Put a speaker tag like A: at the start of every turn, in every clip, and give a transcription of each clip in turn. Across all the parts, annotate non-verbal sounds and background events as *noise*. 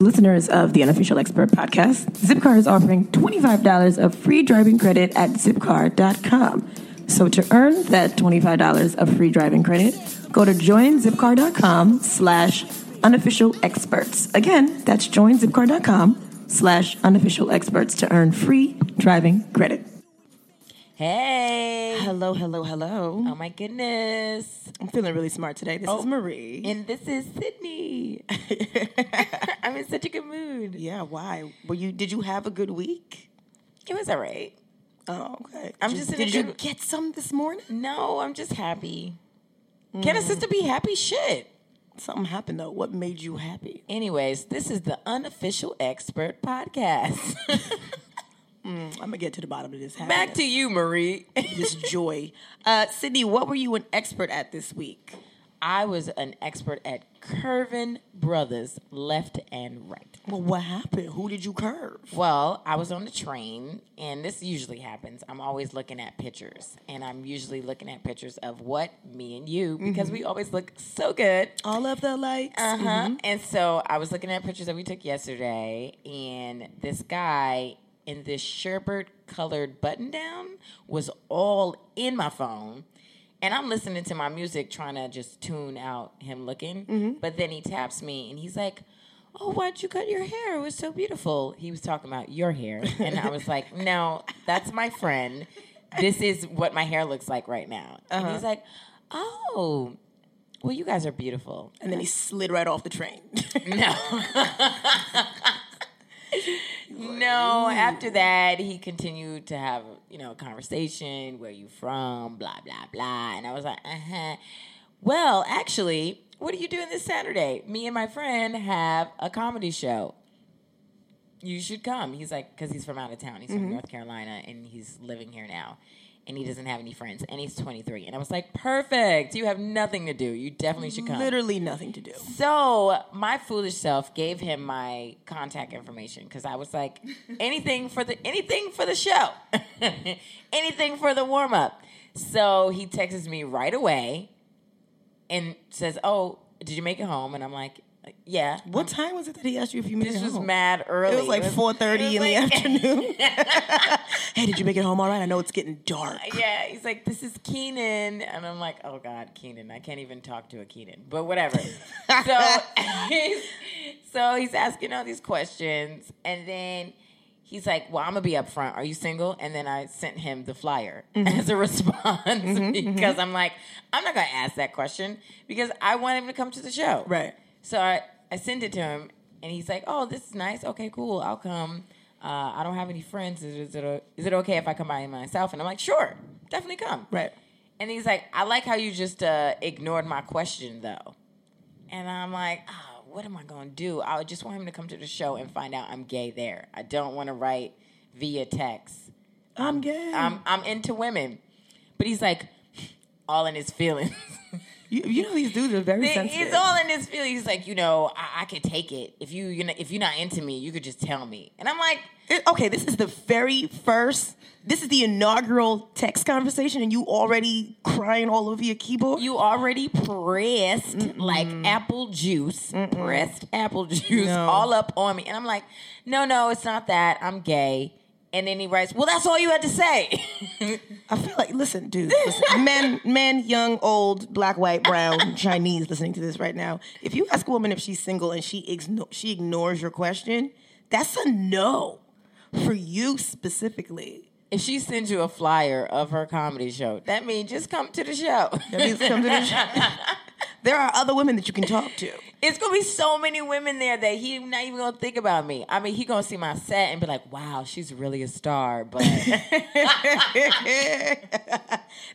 A: Listeners of the Unofficial Expert Podcast, Zipcar is offering $25 of free driving credit at zipcar.com. So to earn that $25 of free driving credit, go to joinzipcar.com slash unofficial experts. Again, that's joinzipcar.com slash unofficial experts to earn free driving credit.
B: Hey.
A: Hello, hello, hello.
B: Oh my goodness.
A: I'm feeling really smart today. This
B: Oh.
A: is Marie.
B: And this is
A: *laughs*
B: Sydney. I'm in such a good mood.
A: yeah, why? Were you did you have a good week?
B: It was all right.
A: Oh, okay.
B: I'm just in a
A: Did you
B: good-
A: get some this morning? Mm.
B: No, I'm just happy. Can a sister be happy? Shit.
A: Something happened though. What made you happy?
B: Anyways, this is the unofficial expert podcast.
A: *laughs* I'm gonna get to the bottom of this.
B: Back to you, Marie.
A: this joy. Uh, Sydney, what were you an expert at this week?
B: *laughs* I was an expert at curving brothers left and right.
A: Well, what happened? Who did you curve?
B: Well, I was on the train, and this usually happens. I'm always looking at pictures, and I'm usually looking at pictures of what me and you because we always look so good.
A: All of the Mm-hmm. lights.
B: Uh huh. And so I was looking at pictures that we took yesterday, and this guy in this sherbet colored button down was all in my phone. And I'm listening to my music, trying to just tune out him looking. But then he taps me and he's like, Oh, why'd you cut your hair? It was so beautiful. He was talking about your hair. And I was like, No, that's my friend. This is what my hair looks like right now. And he's like, Oh, well, you guys are beautiful.
A: And then he slid right off the train. *laughs*
B: No. no, after that he continued to have, you know, a conversation, where you from, blah blah blah. And I was like, "Uh-huh. Well, actually, what are you doing this Saturday? Me and my friend have a comedy show. You should come." He's like cuz he's from out of town. He's from North Carolina and he's living here now. And he doesn't have any friends and he's 23. And I was like, "Perfect. You have nothing to do. You definitely should come."
A: Literally nothing to do.
B: So my foolish self gave him my contact information because I
A: *laughs*
B: was like, anything for the anything for the show, *laughs* anything for the warm up. So he texts me right away and says, "Oh, did you make it home?" And I'm like, "Yeah."
A: What time was it that he asked you if you made
B: This
A: it
B: was
A: home?
B: mad early.
A: It was like 4.30 in
B: it was
A: the *laughs*
B: like- *laughs*
A: afternoon. hey, did you make it home all right? I know it's getting dark.
B: *laughs* Yeah, he's like, this is Keenan. And I'm like, oh God, Keenan. I can't even talk to a Keenan, but whatever. so, he's, so he's asking all these questions. And then he's like, well, I'm going to be up front. Are you single? And then I sent him the flyer *laughs* as a response *laughs* because I'm like, I'm not going to ask that question because I want him to come to the show.
A: Right.
B: So I, I sent it to him, and he's like, "Oh, this is nice. Okay, cool. I'll come. Uh, I don't have any friends. Is, is it o- is it okay if I come by myself?" And I'm like, "Sure, definitely come."
A: Right.
B: And he's like, "I like how you just uh, ignored my question, though." And I'm like, oh, "What am I gonna do? I just want him to come to the show and find out I'm gay there. I don't want to write via text.
A: I'm gay.
C: Hmm.
B: I'm I'm into women." But he's like, all in his feelings.
A: you, you know these dudes are very
B: It-
A: sensitive.
B: It's all in his feelings. He's like, you know, I, I could take it. If you, you know, if you're not into me, you could just tell me. And I'm like,
A: It- okay, this is the very first, this is the inaugural text conversation and you already crying all over your keyboard?
B: you already pressed like apple juice, pressed apple juice all up on me. And I'm like, no, no, it's not that. I'm gay. And then he writes, well, that's all you had to say. *laughs*
A: I feel like, listen, dude, listen, men, men, young, old, black, white, brown, Chinese, listening to this right now. If you ask a woman if she's single and she igno- she ignores your question, that's a no for you specifically.
B: if she sends you a flyer of her comedy show, that means just come to the show.
A: That means come to the show. there are other women that you can talk to.
B: *laughs* It's gonna be so many women there that he not even gonna think about me. I mean, he gonna see my set and be like, "Wow, she's really a star." But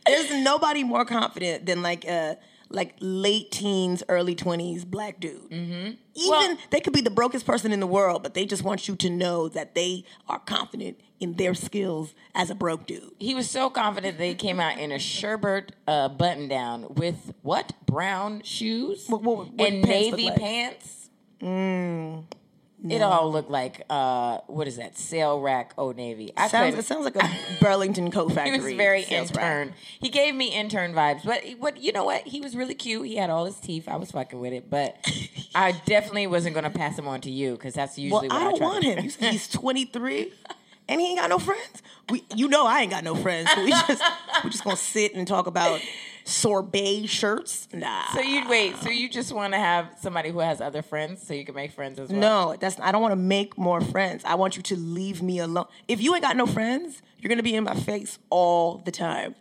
A: There's nobody more confident than like a
C: like late teens, early 20s black dude. Mm-hmm. Even they could be the brokest person in the world, but they just want you to know that they are confident in their skills as a broke dude.
B: He was so confident that he came out in a sherbert uh, button down with what brown shoes
C: What- what- what
B: and
C: pants look
B: navy
C: like? Mm,
B: pants. It all looked like uh, what is that? Sale rack, Old Navy. I
C: Sounds,
B: couldn't-
C: it sounds like a Burlington
B: *laughs*
C: coat
B: he
C: factory.
B: was very
C: sales rep.
B: intern. He gave me intern vibes, but what you know what? He was really cute. He had all his teeth. I was fucking with it,
C: *laughs*
B: but I definitely wasn't gonna pass him on to you because that's
C: Well,
B: usually what
C: I
B: I
C: don't
B: try
C: want
B: to-
C: him. You see, he's 23 and he ain't got no friends. We, you know, I ain't got no friends. So we just, we're just gonna sit and talk about sorbet shirts. Nah.
B: *laughs* So you wait. So you just want to have somebody who has other friends, so you can make friends as well.
C: No, that's I don't want to make more friends. I want you to leave me alone. If you ain't got no friends, you're gonna be in my face all the time.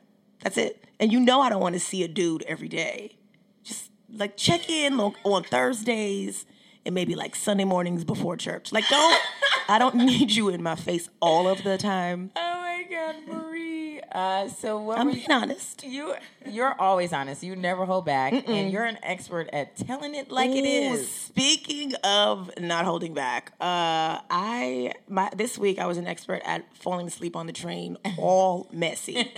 C: That's it. And you know I don't want to see a dude every day. Just like check in on, on Thursdays and maybe like Sunday mornings before church. Like don't I don't *laughs* need you in my face all of the time.
B: Oh my God, Marie. Uh, so what
C: I'm
B: were
C: being honest.
B: you? You are always honest. You never hold back, and you're an expert at telling it like it
C: Ooh,
B: is.
C: Speaking of not holding back, uh, I my this week I was an expert at falling asleep on the
B: *laughs*
C: train, all messy.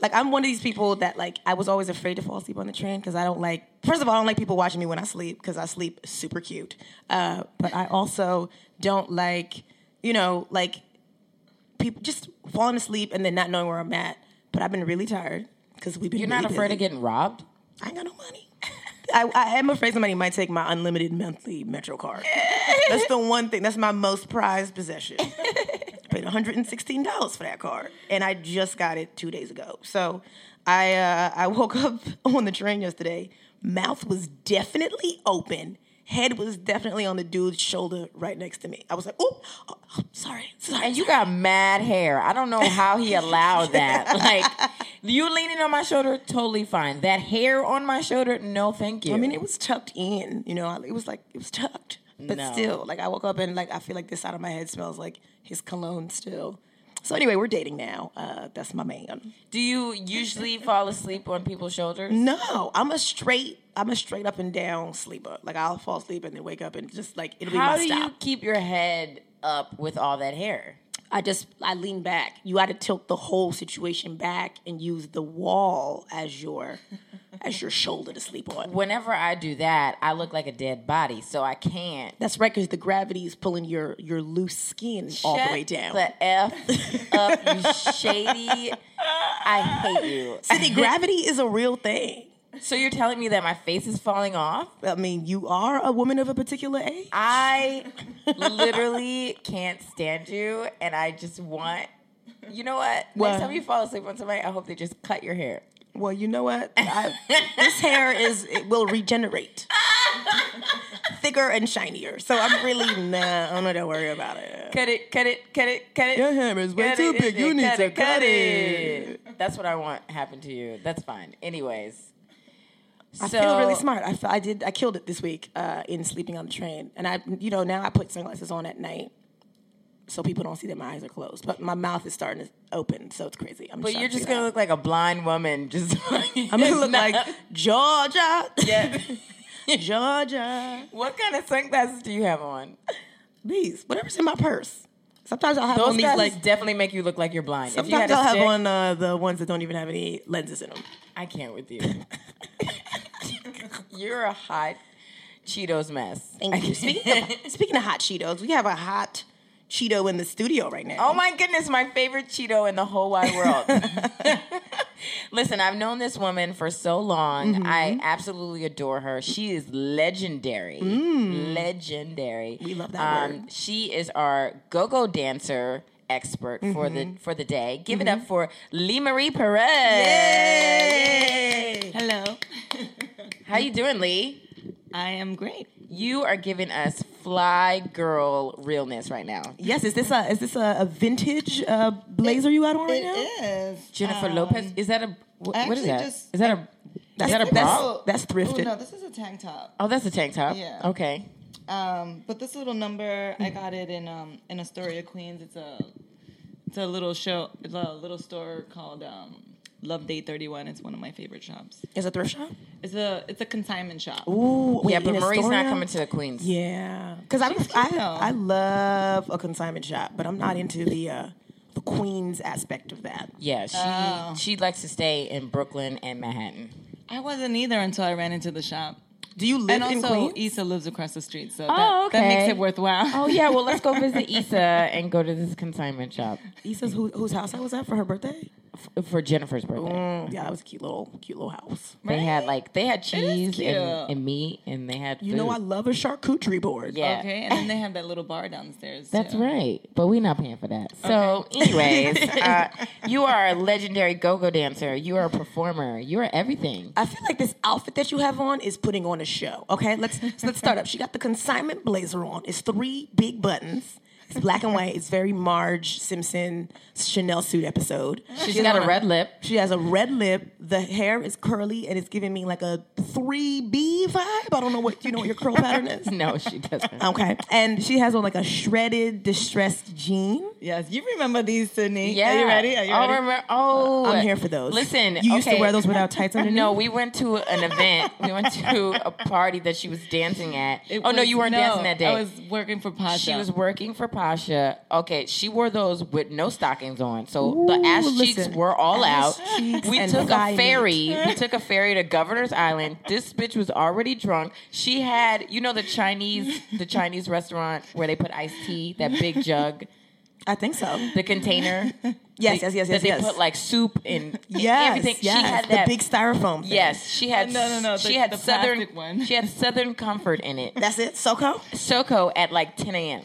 C: like I'm one of these people that like I was always afraid to fall asleep on the train because I don't like. First of all, I don't like people watching me when I sleep because I sleep super cute. Uh, but I also don't like, you know, like people just falling asleep and then not knowing where I'm at. But I've been really tired because we've been.
B: You're not
C: really
B: afraid
C: busy.
B: of getting robbed.
C: I ain't got no money. *laughs* I, I am afraid somebody might take my unlimited monthly Metro card. That's the one thing. That's my most prized *laughs* possession. I paid $116 for that card, and I just got it two days ago. So I uh, I woke up *laughs* on the train yesterday. Mouth was definitely open. Head was definitely on the dude's shoulder right next to me. I was like, "Oop, oh, oh, sorry, sorry."
B: And you got mad hair. I don't know how he allowed
C: *laughs*
B: that. Like you leaning on my shoulder, totally fine. That hair on my shoulder, no, thank you.
C: I mean, it was tucked in, you know. It was like it was tucked, but
B: No.
C: still, like I woke up and like I feel like this side of my head smells like his cologne still. So anyway, we're dating now. Uh, that's my man.
B: Do you
C: *laughs*
B: usually fall asleep on people's shoulders?
C: No, I'm a straight. I'm a straight up and down sleeper. Like I'll fall asleep and then wake up and just like it'll
B: How
C: be
B: do
C: my
B: you
C: stop.
B: keep your head up with all that hair?
C: I just I lean back. You got to tilt the whole situation back and use the wall as your *laughs* as your shoulder to sleep on.
B: Whenever I do that, I look like a dead body, so I can't.
C: That's right, because the gravity is pulling your your loose skin all the
B: Shut
C: way down.
B: The F up, you shady. I hate you.
C: See, gravity is a real thing.
B: So you're telling me that my face is falling off?
C: I mean, you are a woman of a particular age.
B: I literally can't stand you, and I just want. You know what?
C: What?
B: Next time you fall asleep on somebody, I hope they just cut your hair.
C: Well, you know what? I, this hair is it will regenerate, thicker and shinier. So I'm really nah. I'm not gonna worry about it.
B: Cut it, cut it, cut it, cut it.
C: Your hair is way
B: Cut
C: too
B: it,
C: big. You need to cut
B: That's what I want happen to you. That's fine. Anyways.
C: I feel really smart. I, fe- I did. I killed it this week uh, in sleeping on the train, and I, you know, now I put sunglasses on at night. So people don't see that my eyes are closed, but my mouth is starting to open, so it's crazy. I'm
B: But you're
C: trying to
B: just
C: figure
B: gonna
C: it
B: look like a blind woman. Just *laughs*
C: out. I'm gonna look like Georgia, *laughs* Georgia.
B: What kind of sunglasses do you have on?
C: These, whatever's in my purse. Sometimes I'll have
B: Those
C: on these
B: glasses
C: like
B: definitely make you look like you're blind. If you had
C: Sometimes
B: a
C: I'll have
B: stick-
C: on uh, the ones that don't even have any lenses in them.
B: I can't with you. You're a hot Cheetos mess.
C: Thank you. Speaking
B: *laughs*
C: of, speaking of hot Cheetos, we have a hot Cheeto in the studio right now.
B: Oh my goodness, my favorite Cheeto in the whole wide world.
C: *laughs*
B: *laughs* Listen, I've known this woman for so long.
C: Mm-hmm.
B: I absolutely adore her. She is legendary. Legendary.
C: Mm.
B: Um,
C: We love that word.
B: She is our go-go dancer expert for
C: Mm-hmm.
B: the for the day. Give it up for Lee Marie Perez.
D: Hello.
B: How you doing, Lee?
D: I am great.
B: You are giving us fly girl realness right now.
C: Yes, is this a is this a, a vintage uh, blazer you got on right
D: It
C: now?
D: is.
B: Jennifer
C: Um,
B: Lopez. Is that a wh-
D: I
B: what is
D: actually
B: that? Is
D: just-
B: that a
C: That's
B: is that a
C: that's-
B: bra?
C: that's thrifted.
D: Oh, no, this is a tank top.
B: Oh, that's a tank top.
D: Yeah.
B: Okay.
D: Um, but this little number,
B: Hmm.
D: I got it in um in Astoria, Queens. It's a it's a little show, it's a little store called um Love Day 31. It's one of my favorite shops.
C: Is a thrift shop?
D: It's a it's a consignment shop.
C: Ooh,
B: yeah,
C: wait,
B: but
C: in
B: Marie's not
C: Astoria?
B: coming to the Queens.
C: Yeah, because I,
D: She's cute, though.
C: I I love a consignment shop, but I'm not into the uh, the Queens aspect of that.
B: Yeah, she
D: Oh.
B: she likes to stay in Brooklyn and Manhattan.
D: I wasn't either until I ran into the shop.
C: Do you live
D: and
C: in
D: also,
C: Queens?
D: Issa lives across the street, so
B: Oh,
D: that, that
B: okay.
D: makes it worthwhile.
B: Oh yeah, well let's go visit Issa and go to this consignment shop
C: Issa's who, whose house I was at for her birthday.
B: f- for Jennifer's birthday.
C: Mm, yeah, that was a cute little cute little house.
B: They had like they had cheese
D: cute.
B: and, and meat and they had
C: You know I
B: food.
C: love a charcuterie board.
B: yeah.
D: *laughs* Okay, and then they have that little bar downstairs.
B: That's
D: too.
B: right, but we're not paying for that. So, *laughs* anyways,
D: *laughs*
B: uh, you are a legendary go-go dancer. You are a performer. You are everything.
D: Uh,
C: I feel like this outfit that you have on is putting on a show. Okay, let's *laughs* let's start up. She got the consignment blazer on. It's three big buttons. It's black and white. It's very Marge Simpson Chanel suit episode.
B: She's got a red lip. *laughs*
C: She has a red lip. The hair is curly, and it's giving me like a three B vibe. I don't know what you know what your curl pattern *laughs* is.
B: No, she doesn't.
C: Okay, and she has on like a shredded, distressed jean.
D: Yes, you remember these, Sydney.
B: Yeah.
D: Are you ready? Are you
B: oh,
D: ready?
B: remember- oh,
C: I'm here for those.
B: Listen,
C: you used to
B: okay.
C: wear those without tights underneath.
B: *laughs* No, we went to an
C: *laughs*
B: event. we went to a party that she was dancing at.
D: It
B: oh no,
D: was-
B: you weren't dancing that day.
D: I was working for Pasha.
B: she was working for Pasha. Okay, she wore those with no stockings on, so the
C: Ooh,
B: ass cheeks
C: listen.
B: were all
C: Ass
B: out.
C: cheeks
B: We
C: and
B: took
C: thigh
B: a
C: meat.
B: ferry.
C: *laughs*
B: we took a ferry to Governor's Island. This bitch was already drunk. She had, you know, the Chinese, the Chinese restaurant where they put iced tea, that big jug,
C: I think so.
B: the
C: *laughs*
B: container.
C: Yes, yes, yes,
B: that
C: yes,
B: they
C: yes.
B: put like soup and
C: *laughs* yes,
B: everything.
C: Yes,
B: She had
C: the
B: that
C: big styrofoam. thing.
B: Yes, she had.
D: no, no, no,
B: She
D: the-
B: had
D: the
B: southern.
D: plastic one.
B: She had southern comfort in
C: *laughs*
B: it.
C: that's it. Soco.
B: Soco at like 10 a.m.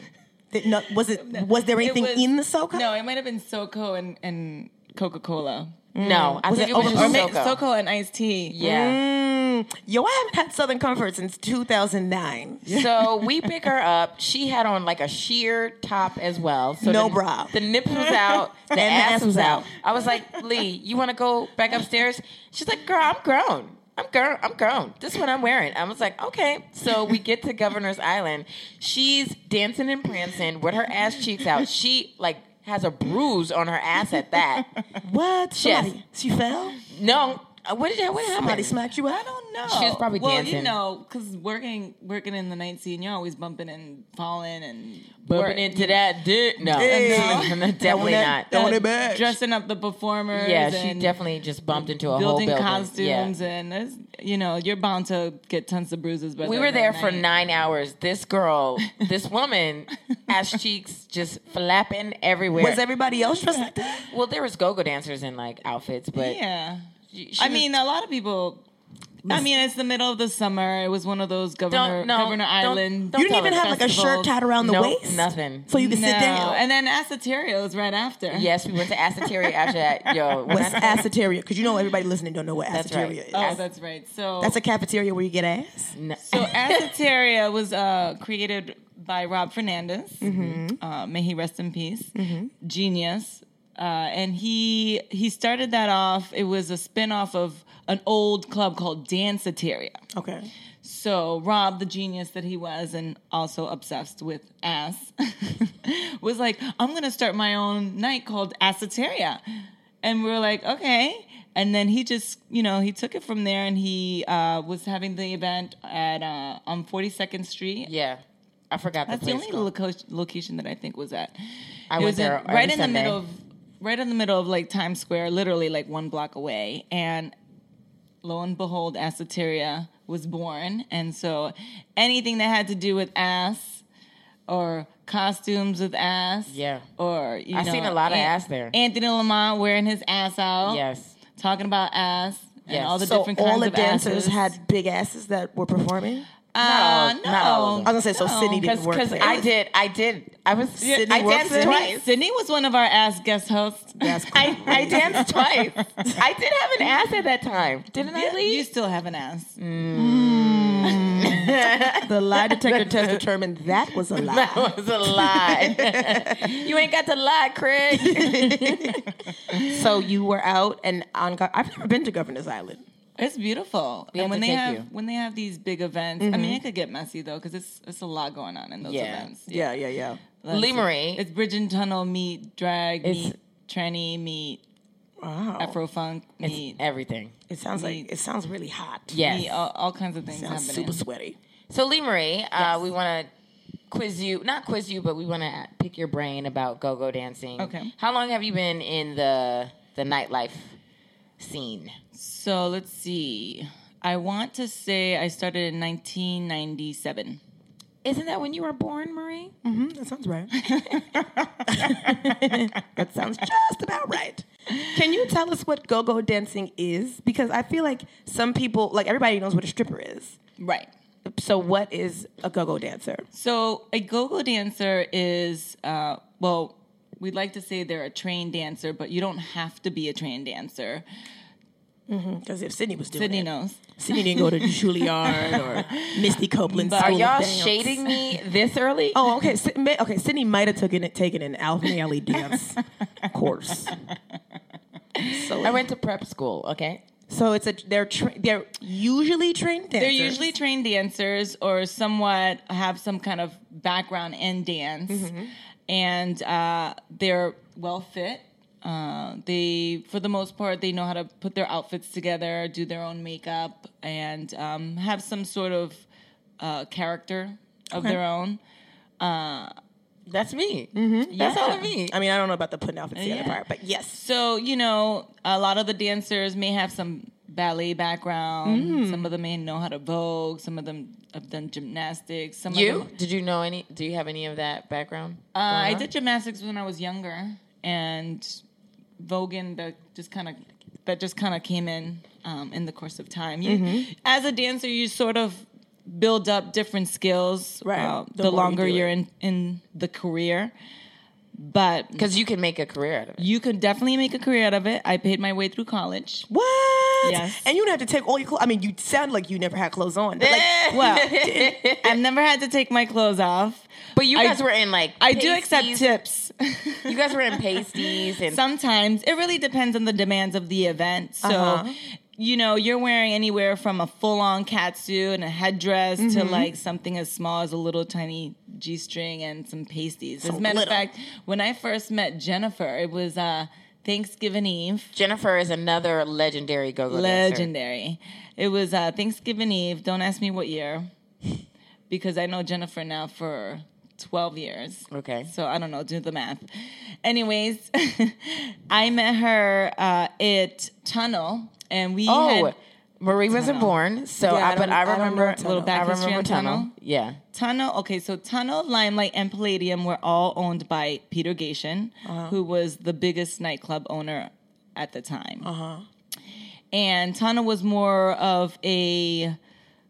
C: Did- no, was it? Was there
D: It
C: anything
D: was-
C: in the Soco?
D: No, it might have been Soco and, and Coca Cola.
B: No, I
C: Was
B: think
C: it
B: it was
C: over-
B: just
C: or ma-
B: Soco.
D: Soco and iced tea.
B: Yeah.
C: Mm, yo, I haven't had Southern Comfort since 2009.
B: *laughs* So we pick her up. She had on like a sheer top as well. So
C: No
B: the,
C: bra.
B: The nips was out. *laughs* The
C: And
B: ass was out. I was like, Lee, you want to go back upstairs? She's like, girl, I'm grown. I'm grown. I'm grown. This is what I'm wearing. I was like, okay. So we get to Governor's Island. She's dancing and prancing with her ass cheeks out. She like has a bruise on her ass at *laughs* that.
C: What?
B: Yes.
C: Somebody, she fell.
B: No, uh, what did that? What
C: Somebody
B: happened?
C: smacked you
D: I
C: out.
D: don't know.
B: She was probably
D: well,
B: dancing.
D: you know, because working working in the night scene, you're always bumping and falling and
B: Bumping into that dick? No, *laughs* no, definitely not.
C: Throwing it back.
D: dressing up the performers.
B: Yeah, she
D: and
B: definitely just bumped into a whole
D: building
B: building.
D: costumes
B: Yeah.
D: and it's, you know you're bound to get tons of bruises. But
B: We were there for nine hours. This
D: *laughs*
B: girl, this woman, ass cheeks just flapping everywhere.
C: Was everybody else dressed like that?
B: well, there was go-go dancers in like outfits, but
D: Yeah,
B: she- she
D: I
B: was-
D: mean a lot of people. I mean, it's the middle of the summer. It was one of those governor
B: no,
D: Governor
B: don't-
D: Island.
B: don't
C: you didn't
B: tell
C: even
B: us
C: have like a shirt
D: festivals.
C: tied around the
B: no,
C: waist,
B: nothing.
C: so you could sit down.
D: And then Asaterios right after.
B: yes, we went to Aceteria after
D: *laughs*
B: that. Yo, when
C: What's
B: I-
C: aceteria? Because you know everybody listening don't know what aceteria
B: right.
C: is.
D: Oh, that's right. So
C: That's a cafeteria where you get ass.
B: No.
D: So Aceteria was uh, created by Rob Fernandez.
C: Mm-hmm.
D: Uh, may he rest in peace. Genius. Uh, and he he started that off. It was a spin-off of an old club called Danceteria.
B: Mm-hmm.
C: Okay.
D: So Rob, the genius that he was, and also obsessed with ass, *laughs* was like, "I'm gonna start my own night called Asseteria," and we were like, "Okay." And then he just, you know, he took it from there, and he uh, was having the event at uh, on 42nd Street.
B: yeah, I forgot
D: That's
B: the
D: the
B: place.
D: only
B: called.
D: loco- location that I think was at.
B: I
D: It
B: went
D: was in-
B: there every
D: right in the
B: Sunday.
D: middle of right in the middle of like Times Square, literally like one block away. And lo and behold, Asseteria was born. And so anything that had to do with ass or costumes with ass,
B: Yeah.
D: or you
B: I've
D: know,
B: seen a lot of
D: An-
B: ass there.
D: Anthony Lamont wearing his ass out,
B: yes,
D: talking about ass.
B: Yes.
D: And all the
C: So
D: different kinds
C: all the
D: of
C: dancers
D: asses.
C: had big asses that were performing.
B: Oh,
D: uh,
B: Not all- not all of
D: no.
B: them.
C: I was gonna say, so Sydney didn't work
B: because
C: there.
B: I did, I did, I was,
C: Sydney
B: I
C: works
B: danced
C: there?
B: twice.
D: Sydney was one of our ass guest hosts. *laughs*
C: That's
B: *laughs* I, I danced twice. I did have an ass at that time, didn't I, Lee?
D: You still have an ass.
C: the lie detector
D: *laughs*
C: test determined that was a lie.
B: *laughs* That was a lie. *laughs* you ain't got to lie, Craig.
C: So you were out and on. Go- I've never been to Governor's Island.
D: It's beautiful.
B: have
D: and
B: to
D: when they
B: take
D: have
B: you. Mm-hmm.
D: when they have these big events, I mean, it could get messy though because it's it's a lot going on in those
B: Yeah.
D: events.
C: Yeah, yeah, yeah.
D: That's-
B: Lee Marie.
D: It's bridge and tunnel meet drag
B: It's-
D: meet tranny meet
C: Wow.
D: Afro funk,
B: It's
D: meat,
B: everything.
C: It sounds like it sounds really hot.
B: Yes.
D: meat, all, all kinds of things
C: It sounds
D: happening.
C: super sweaty.
B: So Lee Marie, uh, we want to quiz you, not quiz you, but we want to pick your brain about go-go dancing.
D: Okay.
B: How long have you been in the the nightlife scene?
D: So let's see. I want to say I started in 1997.
B: Isn't that when you were born, Marie?
C: Mm, That sounds
D: *laughs*
C: right. *laughs* that sounds just about right. Can you tell us what go-go dancing is? Because I feel like some people, like everybody knows what a stripper is.
D: Right.
C: So what is a go-go dancer?
D: So a go-go dancer is, uh, well, we'd like to say they're a trained dancer, but you don't have to be a trained dancer.
C: Because if Sydney was doing
D: Sydney
C: it,
D: knows.
C: Sydney didn't
D: *laughs*
C: go to Juilliard or Misty Copeland.
B: Are
C: School of
B: y'all
C: Dance.
B: shading me this early?
C: Oh, okay. Sy- may- okay, Sydney might have taken it, taken an Alvin Alley dance
D: *laughs*
C: course. So,
B: I went to prep school. Okay.
C: so it's a they're tra- they're usually trained dancers.
D: They're usually trained dancers or somewhat have some kind of background in dance, and uh, they're well fit. Uh, they, for the most part, they know how to put their outfits together, do their own makeup, and um, have some sort of uh, character of their own.
B: That's me. Mm-hmm. That's all of me.
C: I mean, I don't know about the putting outfits together
D: Yeah.
C: part, but yes,
D: So, you know, a lot of the dancers may have some ballet background. Some of them may know how to vogue. Some of them have done gymnastics. Some Of
B: You?
D: them,
B: Did you know any? Do you have any of that background?
D: uh, I did gymnastics when I was younger, and voguing that just kind of that just kind of came in um, in the course of time. You,
C: Mm-hmm.
D: As a dancer, you sort of build up different skills. uh,
C: Right. The
D: the,
C: more you
D: longer
C: do
D: you're
C: it.
D: in in the career, but
B: Because you can make a career out of it.
D: you could definitely make a career out of it. I paid my way through college.
C: what?
D: Yes.
C: And you don't have to take all your clothes. I mean, you sound like you never had clothes on. But like,
D: *laughs*
C: well,
D: I've never had to take my clothes off.
B: But you
D: I-
B: guys were in like
D: I do accept
B: pasties.
D: tips.
B: You guys were in pasties and
D: Sometimes it really depends on the demands of the event. So, you know, you're wearing anywhere from a full on catsuit and a headdress to like something as small as a little tiny G string and some pasties. As a matter of
C: little.
D: fact, when I first met Jennifer, it was uh, Thanksgiving Eve.
B: Jennifer is another legendary go-go dancer.
D: Legendary. It was uh, Thanksgiving Eve. Don't ask me what year, because I know Jennifer now for 12 years.
B: Okay.
D: So I don't know, do the math. Anyways, *laughs* I met her uh, at Tunnel, and we
B: Oh,
D: had
B: Marie wasn't born, so
C: Yeah,
B: I,
C: I
B: but
C: don't-
B: I
C: I don't
B: remember
C: know
B: a little
C: Tunnel.
D: Back
B: back I
D: history
B: remember
D: on
B: tunnel.
D: Tunnel?
B: Yeah.
D: Tunnel. Okay, so Tunnel, Limelight, and Palladium were all owned by Peter Gation, who was the biggest nightclub owner at the time. And Tunnel was more of a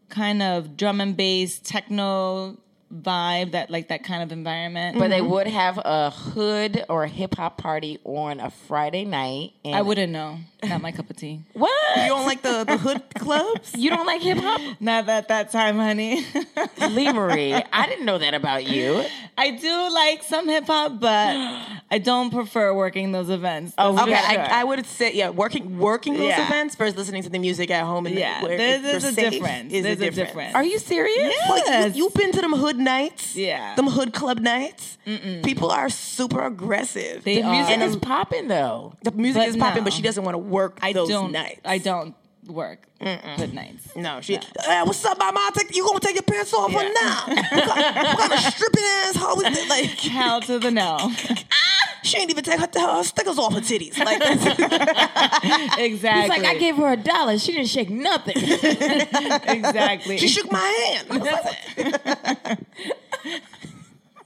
D: kind of drum and bass techno vibe that like that kind of environment.
B: But they
C: Mm-hmm.
B: would have a hood or a hip hop party on a Friday night. And
D: I wouldn't know. Not my cup of *laughs* tea.
B: What?
C: you don't like the, the hood clubs?
B: You don't like hip
C: *laughs*
B: hop?
D: Not at that time, honey. *laughs*
B: Lee Marie, I didn't know that about you.
D: I do like some hip hop, but I don't prefer working those events. That's for
C: Okay,
D: sure.
C: I, I would say yeah, working working those
D: Yeah.
C: events versus listening to the music at home and
D: Yeah,
C: where
D: there-
C: if you're
D: there's a
C: safe
D: difference.
C: Is
D: There's
C: a
D: a
C: difference.
D: difference.
C: Are you serious? Like,
D: Yes.
C: you, have been to them hood nights?
D: Yeah.
C: them hood club nights. People are super aggressive.
D: They
B: The music
D: are.
B: is popping though.
C: the music
D: but
C: is popping,
D: no.
C: but she doesn't want to work
D: I
C: those
D: don't.
C: nights.
D: I don't work good nights.
C: No, she. Hey, what's up, my mom? Take, you gonna take your pants off or not?
D: *laughs*
C: What kind, what kind of stripping ass hoe is that? Like,
D: Hell to
B: *laughs*
D: the no.
C: she ain't even take her, her stickers off her titties. Like, that's, *laughs*
D: exactly.
B: It's like I gave her a dollar. She didn't shake nothing.
D: *laughs* exactly.
C: she shook my hand. *laughs*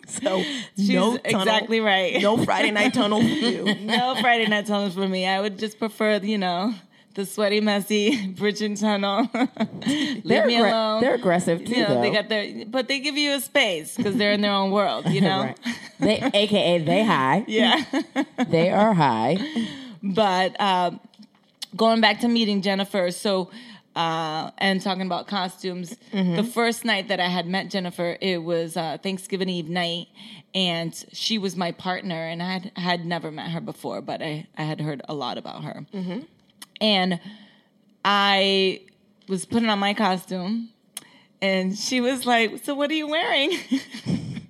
C: so
D: *laughs* She's
C: no tunnel,
D: exactly right.
C: No Friday night tunnel for you.
D: *laughs* no Friday night tunnels for me. I would just prefer, you know, the sweaty, messy *laughs* Bridging Tunnel. Leave
B: they're,
D: me
B: aggra-
D: alone.
B: they're aggressive too.
D: you know,
B: though.
D: they got their, but they give you a space because they're in their own world.
B: *laughs*
D: You know.
B: Right. They, AKA, they
C: *laughs*
B: high.
D: *laughs* Yeah.
B: They are high.
D: But uh, going back to meeting Jennifer, so uh, and talking about costumes, the first night that I had met Jennifer, it was uh, Thanksgiving Eve night, and she was my partner, and I had, had never met her before, but I, I had heard a lot about her, and I was putting on my costume, and she was like, "So what are you wearing?" *laughs* "Um,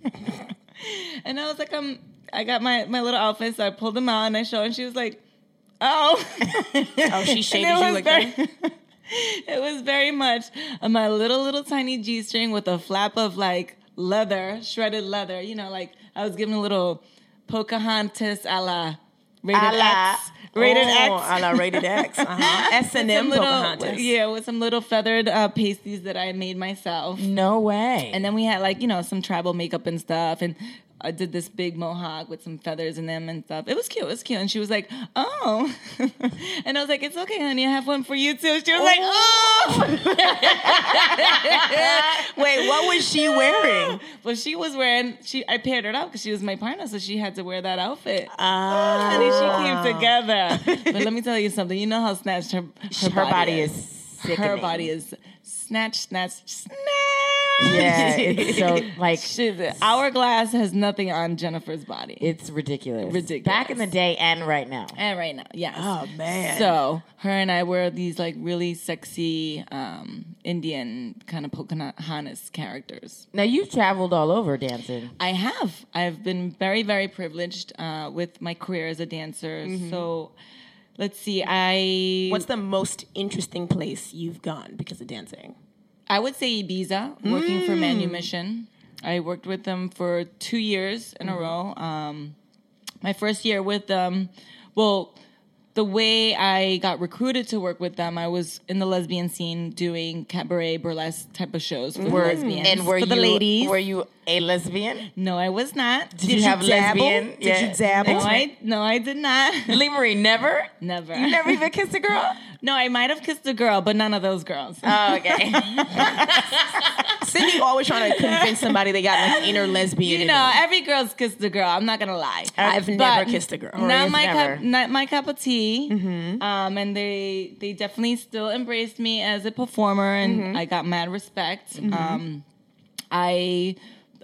D: and I was like, "I'm." I got my my little outfit, so I pulled them out and I showed, her, and she was like, Oh,
C: *laughs* Oh, she
D: And
C: shaded
D: it
C: you
D: was
C: like that.
D: very- *laughs* it was very much my little little tiny G string with a flap of like leather, shredded leather. You know, like I was giving a little Pocahontas a la rated
C: A la-
D: X, rated
C: oh,
D: X,
C: a la rated X. Uh-huh. S and
D: Some
C: M
D: little-
C: Pocahontas.
D: yeah, with some little feathered uh, pasties that I made myself.
B: No way.
D: And then we had like you know some tribal makeup and stuff, and I did this big mohawk with some feathers in them and stuff. It was cute. It was cute. And she was like, "Oh," *laughs* and I was like, "It's okay, honey. I have one for you too." She was like, "Oh."
C: *laughs* Wait, what was she wearing?
D: Well, "Oh." she was wearing she. I paired her up because she was my partner, so she had to wear that outfit.
C: Ah.
D: honey, she
B: *laughs*
D: came together. but let me tell you something. You know how snatched her her,
B: her body is
D: her
B: sickening.
D: body is snatched, snatched, snatched.
B: *laughs*
D: *laughs*
B: Yeah, it's so *laughs* like
D: She's, hourglass has nothing on Jennifer's body.
B: it's ridiculous.
D: Ridiculous.
B: Back in the day and right now.
D: And right now, yes.
C: Oh, man.
D: So her and I were these like really sexy um, Indian kind of Pocahontas characters.
B: Now you've traveled all over dancing.
D: I have. I've been very, very privileged uh, with my career as a dancer.
C: Mm-hmm.
D: So let's see. I
C: What's the most interesting place you've gone because of dancing?
D: I would say Ibiza, working for
B: Mm.
D: Manumission. I worked with them for two years in a row. Um, my first year with them, well, the way I got recruited to work with them, I was in the lesbian scene doing cabaret burlesque type of shows for the lesbians
B: Mm-hmm. And were
D: for the
B: you
D: ladies.
B: were you a lesbian?
D: no, I was not.
B: Did, you have
C: dabble?
B: lesbian?
C: Did you dabble?
D: No, I no, I did not. *laughs*
B: Lee Marie, never? *laughs*
D: Never.
B: You never even kissed a girl?
D: no, I might have kissed a girl, but none of those girls.
B: Oh, okay.
C: *laughs* Sydney always trying to convince somebody they got an inner lesbian.
D: you
C: in
D: know,
C: them.
D: every girl's kissed a girl. I'm not gonna lie.
C: I've
D: But
C: never kissed a girl.
D: Not
B: Maria's
D: my
B: never.
D: cup. Not my cup of tea. Um, and they they definitely still embraced me as a performer, and I got mad respect. Um, I.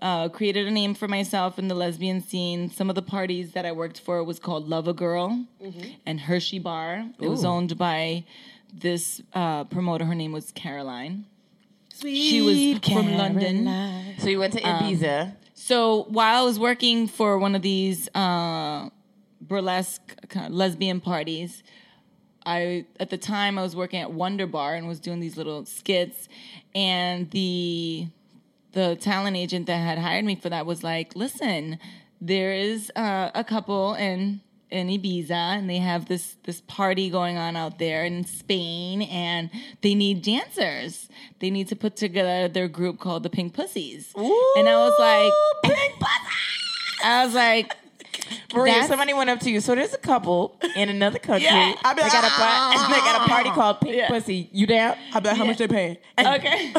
D: Uh, created a name for myself in the lesbian scene. Some of the parties that I worked for was called Love a Girl and Hershey Bar. It was owned by this uh, promoter. Her name was Caroline. she was from London.
B: *laughs* so you went to Ibiza.
D: So while I was working for one of these uh, burlesque kind of lesbian parties, I at the time I was working at Wonder Bar and was doing these little skits, and the the talent agent that had hired me for that was like, "Listen, there is uh, a couple in in Ibiza, and they have this this party going on out there in Spain, and they need dancers. They need to put together their group called the Pink Pussies." and I was like, I was like,
B: Maria,
D: That's-
B: somebody went up to you. So there's a couple in another country.
C: Yeah, I'd be
B: they,
C: like,
B: got a par- *laughs* they got a party called Pink Pussy. You down?
C: I bet how much they paying.
D: okay.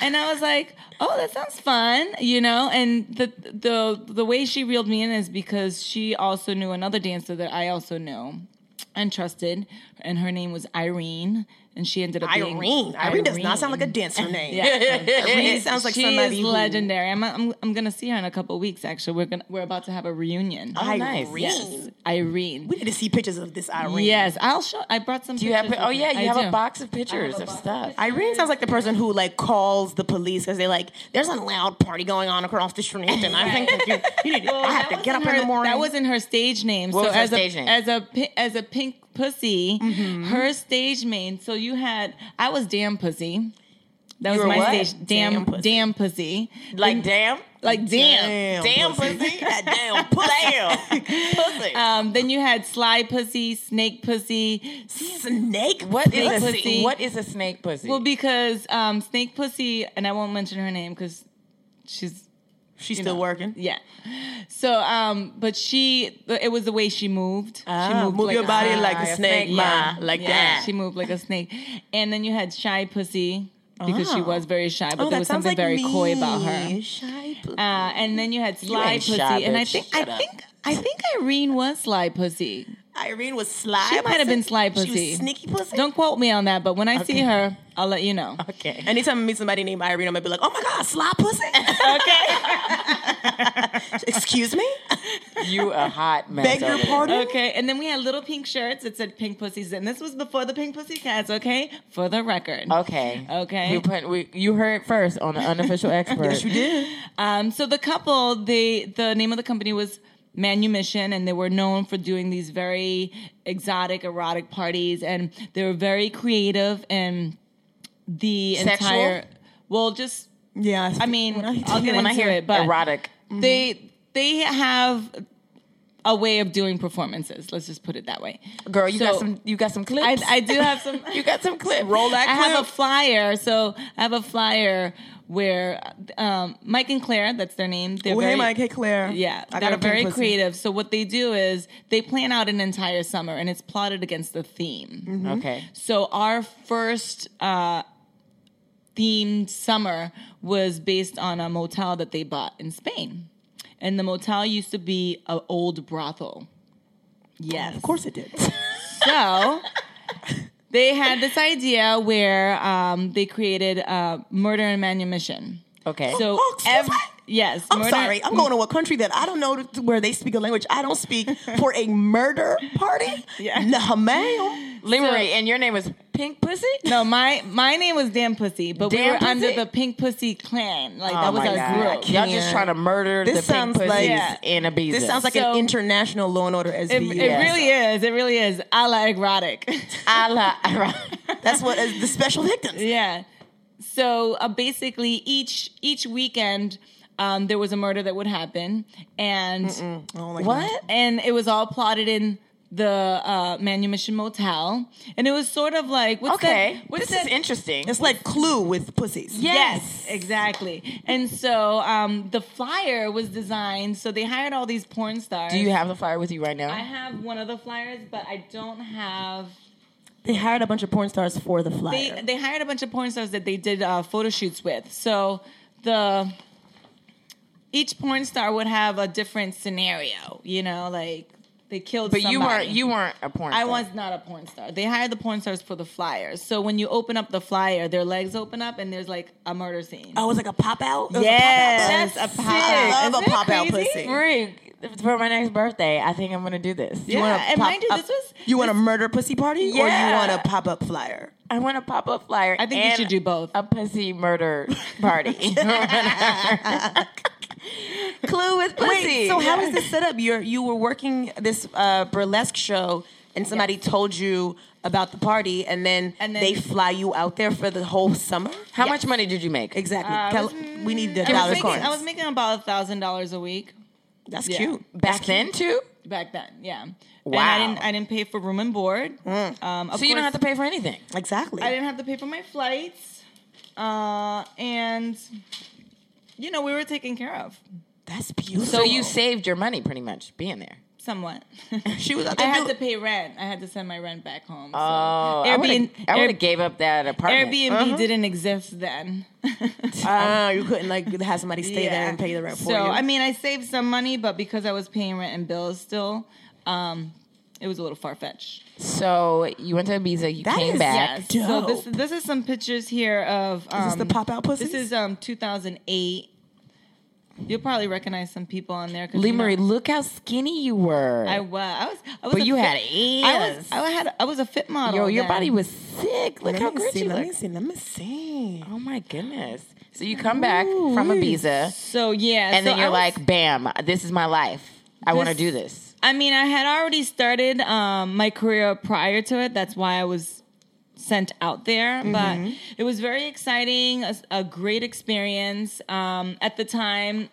D: and I was like, oh, that sounds fun, you know. And the the the way she reeled me in is because she also knew another dancer that I also knew and trusted, and her name was Irene, and she ended up being
C: Irene. Irene does not sound like a
D: Irene.
C: dancer name.
B: Yeah.
C: Irene sounds like
D: she
C: somebody
D: is
C: who-
D: legendary. I'm, I'm I'm gonna see her in a couple weeks. Actually, we're gonna we're about to have a reunion.
B: Oh, nice.
C: Irene.
D: Yes, Irene.
C: We need to see pictures of this Irene.
D: Yes, I'll show. I brought some.
B: Do you have?
D: pictures
B: Oh
D: with me.
B: yeah, you
D: I
B: have
D: do.
B: a box of pictures of stuff.
C: Irene sounds like the person who like calls the police because they like there's a loud party going on across the street and I think that you, you need to, I have to
D: That
C: get up
D: wasn't
C: in the
D: her-
C: morning.
D: That wasn't her stage name.
B: What
D: so
B: was her
D: as
B: stage
D: a
B: name?
D: as a pi- as a pink pussy,
C: Mm-hmm.
D: her stage name. So you had I was damn pussy. That was
B: were
D: my
B: what?
D: stage damn
C: Damn
D: damn pussy.
C: pussy.
B: Like damn,
D: Like damn.
B: damn pussy, *laughs* Uh, damn pussy, pussy.
D: Um, then you had sly pussy, snake pussy.
C: snake.
B: What is a
D: snake pussy.
B: pussy? What is a snake pussy?
D: Well, because um, snake pussy, and I won't mention her name because she's
C: She's still working.
D: Yeah. So, um, but she, it was the way she moved. she moved
C: Ah, move your body
D: a-
C: like a snake, ma, like that.
D: She moved like a snake. And then you had shy pussy because she was very shy, but
C: Oh,
D: there
C: that
D: was
C: sounds
D: something
C: like
D: very
C: me.
D: coy about her.
C: Shy pussy.
D: Uh, and then you had sly
B: ain't
D: pussy,
B: shy,
D: and I
B: bitch.
D: think
B: Shut
D: I
B: up.
D: think I think Irene was sly pussy.
C: *laughs* Irene was sly.
D: She might have been
C: pussy.
D: sly
C: She
D: pussy.
C: was sneaky pussy.
D: Don't quote me on that, but when I see her, I'll let
C: *laughs*
D: you know.
B: okay.
C: Anytime I meet somebody named Irene, I might be like, "Oh my god, sly pussy."
D: *laughs* Okay.
C: *laughs* Excuse
D: *laughs*
C: me.
B: You a hot mess.
C: Beg your
B: over there.
C: pardon.
D: Okay, and then we had little pink shirts that said pink pussies, and this was before the pink pussy cats, okay? For the record.
B: Okay.
D: Okay.
B: We put, we, you heard it first
D: *laughs*
B: on the unofficial expert. yes, you did.
D: Um, so the couple, they the name of the company was manumission and they were known for doing these very exotic erotic parties and they were very creative and the
B: Sexual?
D: entire well just
A: Yeah.
D: I mean, I'll get
B: *laughs* when
D: into
B: I hear
D: it, but
B: erotic, Mm-hmm.
D: they they have a way of doing performances. Let's just put it that way.
B: girl, you got
D: So-
B: some. You got some clips.
D: I, I do have
B: *laughs*
D: some.
B: you got some clips.
D: *laughs* Roll
B: that
D: I have a flyer. So I have a flyer where um, Mike and Claire, that's their name. They're
C: Oh, hey,
D: very-
C: Mike. Hey, Claire.
D: Yeah,
C: I got
D: they're
C: a pink
D: very
C: pussy.
D: creative. So what they do is they plan out an entire summer, and it's plotted against the theme.
C: Mm-hmm.
B: Okay.
D: So our first uh, themed summer was based on a motel that they bought in Spain, and the motel used to be an old brothel. Yes,
C: Of course it
D: *laughs*
C: did. Oh.
D: so
C: *laughs*
D: they had this idea where um, they created uh, murder and manumission.
B: Okay.
D: So
C: Oh, excuse
D: ev-
C: me?
D: yes,
C: I'm
D: murder-
C: sorry. I'm going to a country that I don't know th- where they speak a language I don't *laughs* speak for a murder party.
D: Yeah.
C: Nah, ma'am.
B: Lemery, and your name was Pink Pussy.
D: No, my my name was Damn Pussy, but we
B: Damn
D: were under
B: Pussy?
D: the Pink Pussy clan. Like
B: Oh
D: that was
B: my
D: our
B: God.
D: group.
B: Y'all just
C: can't.
B: trying to murder
C: This
B: the Pink
C: sounds
B: Pussies
C: like-
D: Yeah.
B: in Ibiza.
C: This sounds like
D: So-
C: an international law and order SVU.
D: It, it really is. It really is. A
B: *laughs*
D: la erotic.
B: a
D: *laughs*
B: la.
C: That's what is the special victims.
D: yeah. So uh, basically, each each weekend um, there was a murder that would happen, and
C: I don't like
D: what? And it was all plotted in the uh, Manumission Motel, and it was sort of like what's that-
B: Okay.
D: what's
B: this is
D: that-
B: interesting.
C: It's like Clue with pussies.
D: Yes, exactly. And so um, the flyer was designed. So they hired all these porn stars.
B: Do you have the flyer with you right now?
D: I have one of the flyers, but I don't have.
C: They hired a bunch of porn stars for the flyer.
D: They they hired a bunch of porn stars that they did uh, photo shoots with. So the each porn star would have a different scenario. You know, like they killed.
B: but you
D: somebody.
B: weren't. You weren't a porn.
D: I
B: star.
D: was not a porn star. They hired the porn stars for the flyers. So when you open up the flyer, their legs open up and there's like a murder scene.
C: oh, it was like a pop out.
D: Yes,
C: a pop out.
D: that's sick.
C: I love
D: Isn't
C: a
D: it
C: pop out
D: crazy?
C: pussy.
B: Marie, for my next birthday, I think I'm gonna do this.
D: yeah,
C: wanna
D: and
C: pop
D: mind you,
C: up-
D: this was.
C: You want a murder pussy party or you
B: Yeah.
C: want a pop up flyer?
B: I want a pop up flyer.
D: I think you
B: and
D: should do both.
B: A pussy murder party. Clue with pussy.
C: Wait, so how is *laughs* this set up? You're you were working this uh, burlesque show, and somebody told you about the party, and then,
D: And then-
C: they fly you out there for the whole summer. Uh,
B: How much money did you make?
C: Exactly.
D: I
C: Tell-
D: was-
C: we need the
D: I was
C: dollar
D: making-
C: coins.
D: I was making about a thousand dollars a week.
C: That's
D: yeah.
C: cute.
B: Back then too.
D: back then. Yeah. And
B: Wow.
D: I didn't. I didn't pay for room and board.
C: Mm.
D: Um, of
B: So you don't
D: course,
B: have to pay for anything.
C: Exactly.
D: I didn't have to pay for my flights, uh, and you know we were taken care of
C: That's beautiful.
B: So you saved your money pretty much being there.
D: somewhat. *laughs*
C: she was out
D: I
C: there.
D: had
C: do-
D: to pay rent. I had to send my rent back home. So.
B: Oh, I
D: Airbnb-
B: would've- I would
D: Air-
B: have gave up that apartment.
D: Airbnb
C: Uh-huh.
D: didn't exist then.
C: *laughs* Ah, you couldn't like have somebody stay there and pay the rent
D: so,
C: for you.
D: I mean, I saved some money, but because I was paying rent and bills still, um, it was a little far fetched.
B: So you went to Ibiza. You
C: That
B: came
C: is-
B: back.
D: Yes. So this
C: Dope.
D: this is some pictures here of um,
C: Oh. this the pop-out pussies?
D: This is um 2008. You'll probably recognize some people on there. 'cause, you know,
B: Lemery, look how skinny you were.
D: I was, I was, I was.
B: But
D: a
B: you
D: fit-
B: had
D: I was,
B: ears.
D: I had, I was a fit model.
B: Yo, your
D: then.
B: body was sick. Look
C: let
B: how
C: me
B: great
C: see,
B: you
C: let me
B: look.
C: see. Let me see.
B: Oh my goodness. So you come back from Ibiza,
D: So yeah,
B: and
D: so
B: then you're
D: I was-
B: like, "Bam! This is my life. I want to
D: This-
B: do this."
D: I mean, I had already started um, my career prior to it. That's why I was sent out there.
C: Mm-hmm.
D: But it was very exciting, a, a great experience. Um, at the time,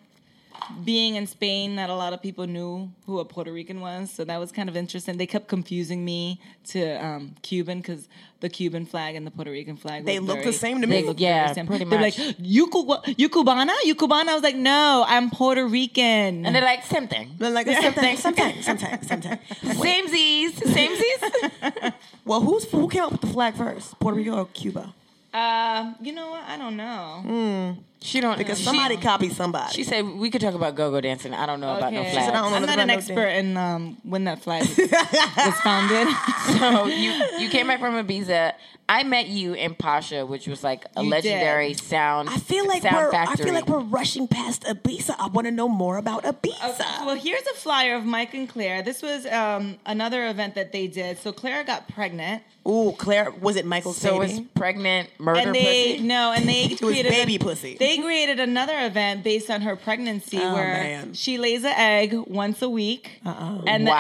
D: being in Spain, not a lot of people knew who a Puerto Rican was. So that was kind of interesting. They kept confusing me to um, Cuban because the Cuban flag and the Puerto Rican flag
C: They
D: look
C: look the same to me.
B: They look- yeah, pretty
D: They're
B: much.
D: like, you, Cuba- you Cubana? You Cubana? I was like, no, I'm Puerto Rican.
B: And they're like, "Same thing.
C: But like *laughs* sometimes, sometimes, sometimes, sometimes.
B: Same Z's. Same Z's."
C: Well, who's who came up with the flag first? Puerto Rico or Cuba?
D: Uh, you know what? I don't know.
B: *laughs* she don't
C: Because
B: she-
C: somebody copied somebody.
B: She
C: *laughs*
B: said we could talk about go-go dancing. I don't know about no
D: Okay.
B: flags.
C: said, "I don't know
D: I'm
C: nothing
D: not an
C: about no thing."
D: expert in um, when that flag *laughs* was was founded.
B: *laughs* So you you came back from Ibiza. I met you in Pasha, which was like a
D: You
B: legendary sound.
C: I feel like
B: sound
C: we're
B: factory.
C: I feel like we're rushing past Ibiza. I want to know more about Ibiza.
D: *laughs* well, here's a flyer of Mike and Claire. This was um, another event that they did. So Claire got pregnant,
C: Ooh, Claire, was it Michael's
B: so
C: baby?
B: it's pregnant murder
D: and they
B: pussy.
D: no, and
C: *laughs*
D: they
C: it was
D: created a-
C: baby pussy.
D: They They created another event based on her pregnancy
C: Oh,
D: where
E: man.
D: she lays an egg once a week
B: Wow.
D: and the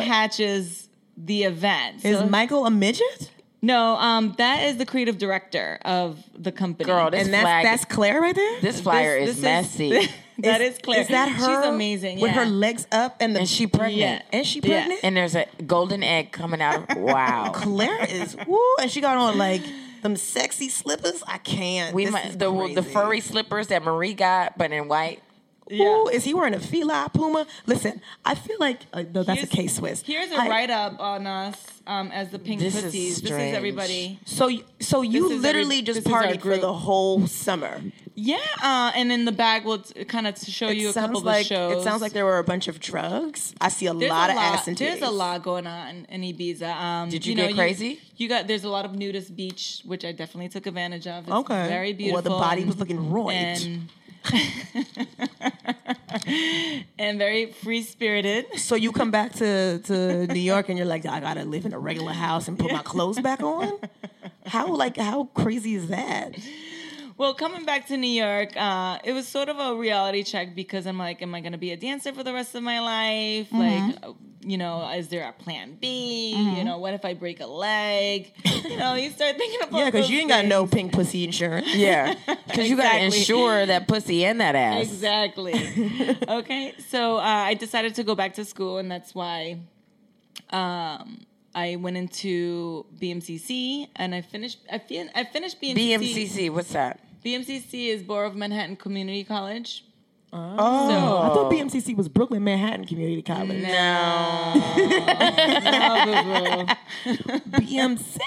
D: egg hatches the event.
C: Is
D: So-
C: Michael a midget?
D: no, um, that is the creative director of the company.
B: Girl, this
C: And that's
B: flag,
C: that's Claire right there.
B: this flyer
D: This-
B: is
D: this
B: messy,
D: that is, clear.
C: Is that her?
D: She's amazing.
C: With
D: yeah.
C: her legs up and
B: *laughs*
C: the
B: and she pregnant.
D: Yeah.
C: Is she
D: Yeah.
C: pregnant? Oh,
B: And there's a golden egg coming out of
C: *laughs*
B: wow.
C: Claire is woo, and she got on like them sexy slippers. I can't.
B: We
C: This
B: might,
C: is
B: the the
C: crazy.
B: furry slippers that Marie got, but in white.
C: Ooh, is he wearing a fila puma? Listen, I feel like uh, no, that's a
D: Here's-
C: K Swiss.
D: Here's a
C: I-
D: write up on us um, as the Pink
B: This is
D: Pussies. this is
B: strange.
D: everybody.
C: So, y- so
D: This
C: you
D: is
C: literally
D: every-
C: just
D: this is our
C: partied for
D: group.
C: the whole summer.
D: Yeah, uh, and in the bag will kind of show you a couple of the
C: like
D: shows.
C: it sounds like there were a bunch of drugs. I see a
D: There's
C: lot of ass and
D: There's a
C: titties.
D: lot going on in Ibiza. Um,
B: Did you
D: know,
B: get crazy?
D: You got there's a lot of nudist beach, which I definitely took advantage of. It's
C: Okay.
D: very
C: Well,
D: beautiful.
C: the body
D: and-
C: was looking roid.
D: and and *laughs* very free spirited.
C: So you come back to, to New York and you're like, I gotta live in a regular house and put my clothes back on. How like how crazy is that?
D: Well, coming back to New York, uh, it was sort of a reality check because I'm like, am I going to be a dancer for the rest of my life?
C: Mm-hmm.
D: Like, uh, you know, is there a plan B? You
C: Mm-hmm.
D: know, what if I break a leg? you know, you start thinking about
C: Yeah, because
D: those
C: you ain't got
D: things.
C: no pink pussy insurance.
B: Yeah,
D: *laughs*
B: because you got to
D: Exactly.
B: insure that pussy and that ass.
D: Exactly.
C: *laughs*
D: okay, so uh, I decided to go back to school, and that's why um, I went into BMCC, and I finished. I, fin- I finished BMCC.
B: BMCC, what's that?
D: BMCC is Borough of Manhattan Community College.
C: Oh, I thought BMCC was Brooklyn Manhattan Community College. *laughs* BMCC.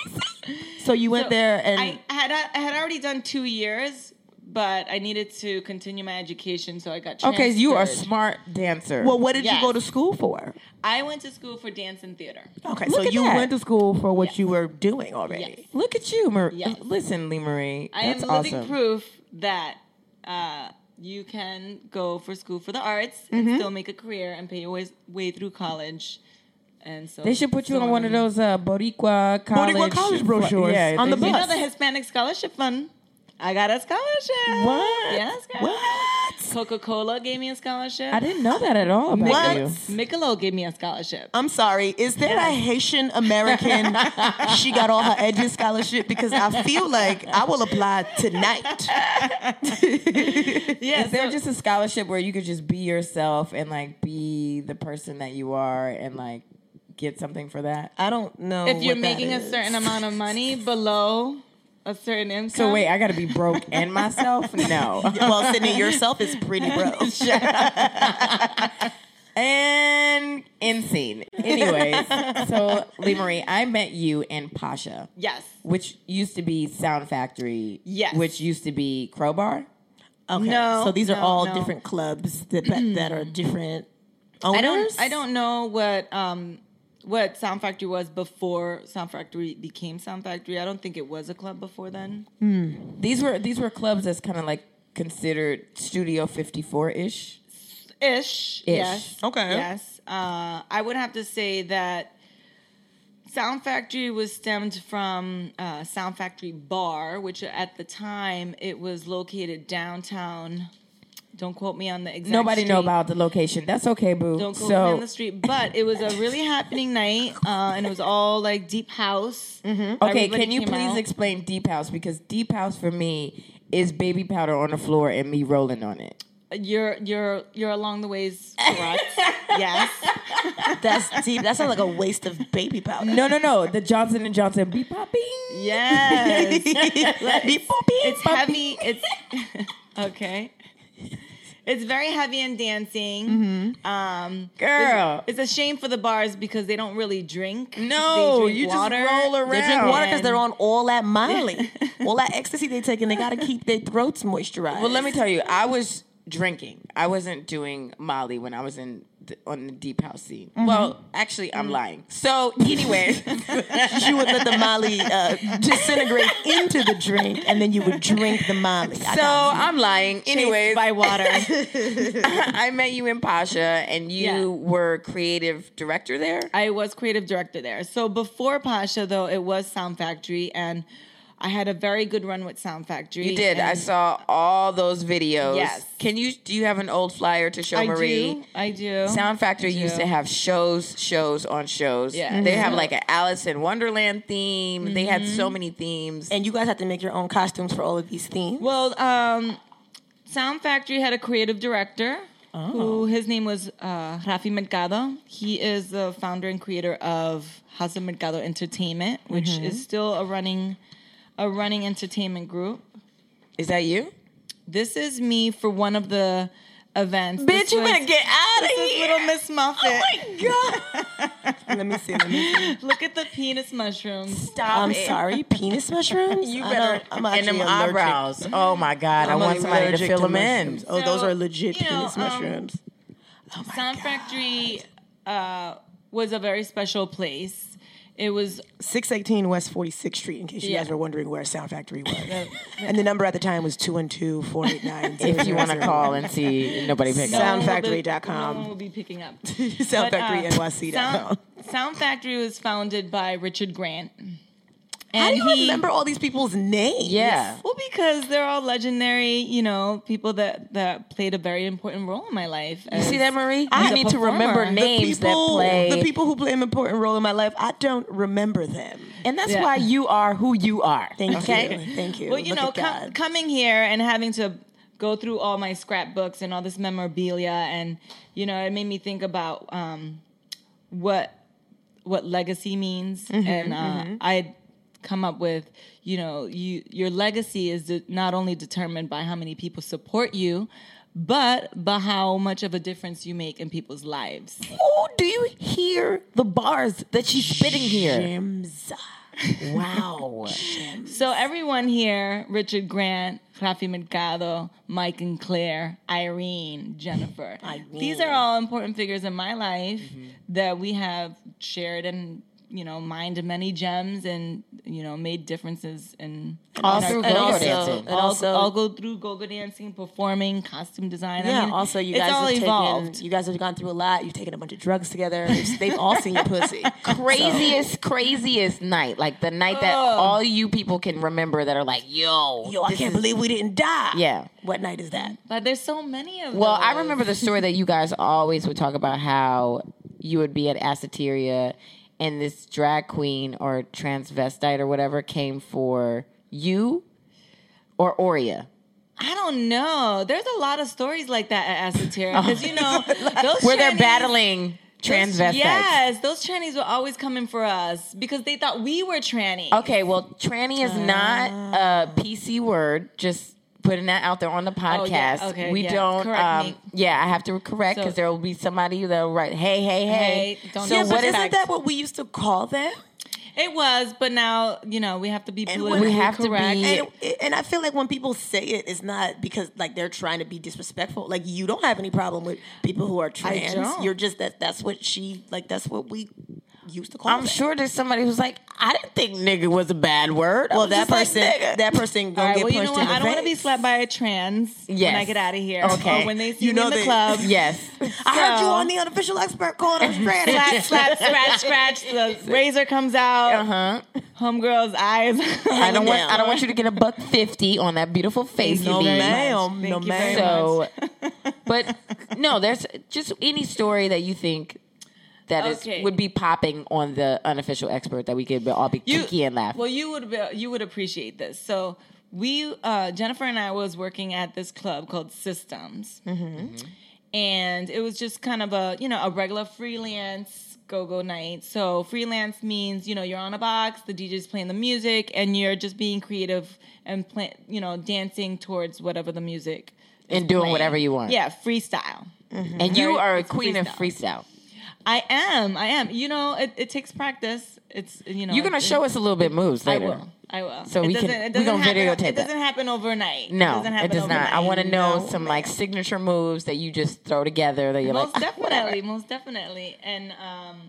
C: So you went
D: So
C: there and
D: I had I had already done two years, but I needed to continue my education, so I got transferred.
B: Okay, you are a smart dancer.
C: well, what did you
D: Yes.
C: go to school for?
D: I went to school for dance and theater.
C: Okay,
B: Look
C: so
B: at
C: you
B: that.
C: went to school for what you were doing already.
D: Yes.
B: look at you, Marie.
D: Yes.
B: Listen, Lee Marie.
D: I am
B: That's
D: living
B: awesome.
D: proof that uh, you can go for school for the arts
B: Mm-hmm.
D: and still make a career and pay your way, way through college. And so
B: They should put you
D: so
B: on one of those uh, Boricua college,
C: college brochures
B: Yeah,
C: on
B: they
C: the
D: You
B: should-
D: know
C: bus.
D: the Hispanic Scholarship Fund. I got a scholarship.
C: What?
D: Yes, girl.
C: What?
D: Coca Cola gave me a scholarship.
B: I didn't know that at all about
C: What?
B: you.
D: Michelob gave me a scholarship.
C: I'm sorry. Is there a Haitian
D: *laughs*
C: American? she got all her edges scholarship because I feel like I will apply tonight.
D: Yeah,
B: Is there
D: so-
B: just a scholarship where you could just be yourself and like be the person that you are and like get something for that?
C: I don't know
D: if you're
C: what that
D: making a
C: is.
D: certain amount of *laughs* money below a certain income.
C: Uh-huh.
B: So wait, I got to be
C: *laughs*
B: broke and myself? No.
C: Well, Sydney, yourself is pretty
D: *laughs*
C: broke.
B: And insane.
C: *laughs*
B: Anyways, so Lee Marie, I met you in Pasha,
D: yes,
B: which used to be Sound Factory.
D: Yes.
B: Which used to be Crowbar.
C: Okay,
D: No,
C: so these are
D: no,
C: all
D: no.
C: different clubs that that are different owners.
D: I don't. I don't know what um what Sound Factory was before Sound Factory became Sound Factory. I don't think it was a club before then.
B: These were these were clubs that's kind of like considered Studio 54 ish.
D: Ish. Yes.
C: Okay.
D: Yes. Uh, I would have to say that Sound Factory was stemmed from uh, Sound Factory Bar, which at the time it was located downtown. Don't quote me on the exact.
B: Nobody know
D: street.
B: about the location. That's okay, boo.
D: Don't go
B: so
D: down the street. But it was a really happening night, uh, and it was all like deep house. Mm-hmm.
B: Okay, can you please explain Deep House? Because Deep House for me is baby powder on the floor and me rolling on it.
D: you're you're you're along the ways
B: *laughs*
D: correct. yes.
C: That's deep. That sounds like a waste of baby powder.
B: *laughs* No, no, no. The Johnson and Johnson beep popping.
D: *laughs* Yes.
C: Beep, boop, beep.
D: It's heavy. It's *laughs* okay. It's very heavy and dancing.
B: Mm-hmm.
D: Um,
B: Girl.
D: it's a shame for the bars because they don't really drink.
B: No,
D: They drink
B: you just
D: water.
B: roll
C: They drink
B: around.
C: water because they're on all that Molly, all that ecstasy they take, and they gotta keep their throats moisturized.
B: Well, let me tell you, I was drinking. I wasn't doing Molly when I was in the, on the Deep House scene.
D: Mm-hmm.
B: Well, actually, I'm lying. So,
D: *laughs*
B: anyway,
C: *laughs*
B: *laughs*
C: you would let the Molly uh, disintegrate into the drink, and then you would drink the Molly. I
B: so
C: got
B: I'm lying. Anyways,
D: by water.
B: I met you in Pasha, and you
D: Yeah.
B: were creative director there.
D: I was creative director there. So before Pasha, though, it was Sound Factory, and I had a very good run with Sound Factory.
B: You did. I
D: and
B: saw all those videos.
D: Yes.
B: Can you do you have an old flyer to show
D: I
B: Marie?
D: do. I do.
B: Sound Factory
D: I do.
B: used to have shows, shows on shows.
D: Yeah. Mm-hmm.
B: They have like an Alice in Wonderland theme. They had so many themes.
C: And you guys have to make your own costumes for all of these themes.
D: Well, um, Sound Factory had a creative director
B: Oh.
D: who his name was uh, Rafi Mercado. He is the founder and creator of Haza Mercado Entertainment, which
B: Mm-hmm.
D: is still a running a running entertainment group.
B: Is that you?
D: This is me for one of the events. This
B: Bitch, you
D: was-
B: better get Oh out of
D: this is
B: here.
D: Little Miss Muffet.
C: Let me see. Let me see.
D: Look at the penis mushrooms.
B: Stop
C: I'm
B: it.
C: sorry, penis mushrooms.
B: You
C: I
B: better
C: don't- I'm
B: and
C: actually
B: them
C: allergic.
B: eyebrows. Oh my God! i
C: I'm
B: want somebody to
C: allergic
B: fill them
C: mushrooms.
B: in.
C: Oh, those
D: So,
C: are legit
D: you know,
C: penis
D: um,
C: mushrooms. Oh
D: Sound Factory uh, was a very special place. It was uh,
C: 618 West 46th Street, in case you
D: Yeah.
C: guys were wondering where Sound Factory was. and the number at the time was 212 489
B: If you want to call and see, nobody picks
D: No
B: up.
D: one will be-
C: Soundfactory.com.
D: No one will be picking up.
C: *laughs* Sound
D: But, uh,
C: Factory NYC.
D: Sound, Sound Factory was founded by Richard Grant. And
C: How do you
D: he,
C: remember all these people's names?
B: Yeah.
D: Well, because they're all legendary, you know, people that, that played a very important role in my life.
B: You see that, Marie? I
D: a
B: need to
D: performer.
B: remember
D: The
B: names that
C: People-
B: play.
C: The people who play an important role in my life, I don't remember them.
B: and that's
D: Yeah.
B: why you are who you are.
C: Thank
B: okay?
C: you. Thank you.
D: Well, you
C: Look
D: know,
C: at
D: com-
C: God.
D: coming here and having to go through all my scrapbooks and all this memorabilia, and you know, it made me think about um, what what legacy means,
C: Mm-hmm,
D: and uh, I come up with you know you your legacy is de- not only determined by how many people support you but by how much of a difference you make in people's lives
B: Oh, do you hear the bars that she's spitting here?
C: Gems.
B: Wow.
D: So everyone here, Richard Grant, Rafi Mercado, Mike and Claire, Irene, Jennifer. These are all important figures in my life that we have shared and you know, mined many gems and you know, made differences in
B: All
D: in our-
B: through
D: and
B: go-go
D: also-
B: dancing.
D: and
B: And
D: all,
F: also-
D: all go through go-go dancing, performing, costume design. I
F: Yeah.
D: mean,
F: also, you
D: it's
F: guys
D: all
F: have
D: evolved.
F: taken. You guys have gone through a lot. You've taken a bunch of drugs together. They've all seen your
C: *laughs*
F: pussy.
B: Craziest, craziest night. Like the night that all you people can remember that are like, yo.
C: Yo, I can't believe we didn't die.
B: Yeah.
C: What night is that?
D: but there's so many of
B: Well,
D: those.
B: I remember the story that you guys always would talk about how you would be at Asseteria and this drag queen or transvestite or whatever came for you or Oria.
D: I don't know. There's a lot of stories like that at Asatera because you know those
B: Where they're
D: Chinese-
B: battling
D: those-
B: transvestites.
D: Yes, those trannies were always coming for us because they thought we were tranny.
B: Okay, well, tranny is not
D: Ah.
B: a PC word. Just putting that out there on the podcast.
D: Oh, yeah, okay,
B: we
D: yeah,
B: don't.
D: correct
B: um,
D: me.
B: Yeah, I have to correct because
D: So-
B: there will be somebody that will write, "Hey, hey, hey."
D: Hey, don't
B: so
D: disrespect.
B: what is
D: Fact.
C: Isn't that what we used to call them?
D: It was, but now you know we have to be
C: when-
D: politically
C: We
B: have to be-
D: correct.
C: And, and I feel like when people say it, it's not because like they're trying to be disrespectful. Like you don't have any problem with people who are trans.
B: don't.
C: You're just that. That's what she like. That's what we used to call.
B: I'm
C: that.
B: sure there's somebody who's like, "I didn't think nigga was a bad word." I
C: Well,
B: was
C: that
B: just like,
C: person,
B: "Nigga."
C: that person gonna
D: All right,
C: get
D: well, you
C: punched
D: know what?
C: in the
D: I don't want to
C: face.
D: be slapped by a trans
B: Yes.
D: when I get out of here.
B: Okay.
D: Or when they see
C: You
D: me
C: know
D: in the
B: *laughs*
C: that-
D: club.
B: yes.
C: I heard you
D: So-
C: on the unofficial expert calling
F: *laughs*
C: us
D: Slap,
C: trans.
D: slap, scratch, scratch.
B: *laughs*
D: The razor comes out.
B: Uh huh.
D: Homegirl's eyes. *laughs*
B: I don't want.
C: down.
B: I don't want you to get a buck fifty on that beautiful face.
D: No
B: of yours.
D: man.
C: Ma'am,
D: Thank
C: no
D: you very
C: ma'am.
B: *laughs* So, but no, there's just any story that you think that is
D: Okay.
B: would be popping on the unofficial expert that we could all be kiki and laugh.
D: Well, you would be, you would appreciate this. So we uh, Jennifer and I was working at this club called Systems,
B: Mm-hmm.
D: and it was just kind of a you know a regular freelance go go night. So freelance means you know you're on a box, the DJ's playing the music, and you're just being creative and play, you know dancing towards whatever the music. is
B: And doing
D: playing.
B: whatever you want.
D: Yeah, freestyle.
B: and you
D: Very-
B: are a
D: it's
B: queen of freestyle.
D: I am. I am. You know, it, it takes practice. It's you know.
B: You're gonna
D: it-
B: show us a little bit moves
D: I
B: later.
D: will. I will.
B: So
D: it
B: we can-
D: doesn't,
B: we
D: it doesn't
B: gonna
D: happen,
B: videotape
D: It
B: that.
D: doesn't happen overnight. it
B: No,
D: doesn't
B: it
D: happen
B: does not. I
D: overnight.
B: want to know some like signature moves that you just throw together that you're
D: Most
B: like. *laughs* "Ah, whatever."
D: definitely, most definitely. And um,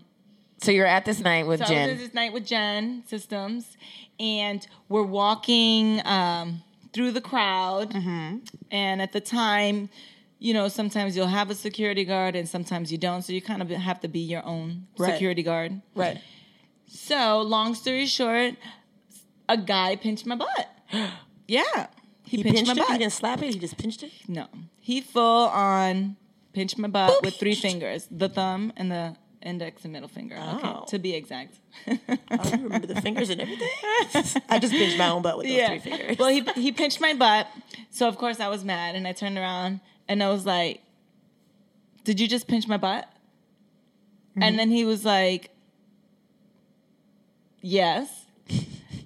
B: So you're at this night with
D: so I was at
B: Jen.
D: this night with Jen Systems, and we're walking um, through the crowd.
B: Mm-hmm.
D: And at the time, you know, sometimes you'll have a security guard, and sometimes you don't. So you kind of have to be your own security guard.
C: Right.
D: So, long story short, a guy pinched my butt.
B: *gasps*
D: Yeah. He,
C: He
D: pinched,
C: pinched
D: my
C: it. He
D: butt.
C: didn't slap it. He just pinched
D: *laughs*
C: it.
D: No. He full on pinched my butt with three fingers. The thumb and the index and middle finger.
C: Oh.
D: Okay. To be exact. Oh,
C: I don't remember the fingers and everything. *laughs* I just pinched my own butt with those three fingers.
D: Well, he he pinched my butt, so of course I was mad, and I turned around and I was like, "Did you just pinch my butt?"
C: Mm-hmm.
D: And then he was like,
C: *laughs*
D: "Yes,"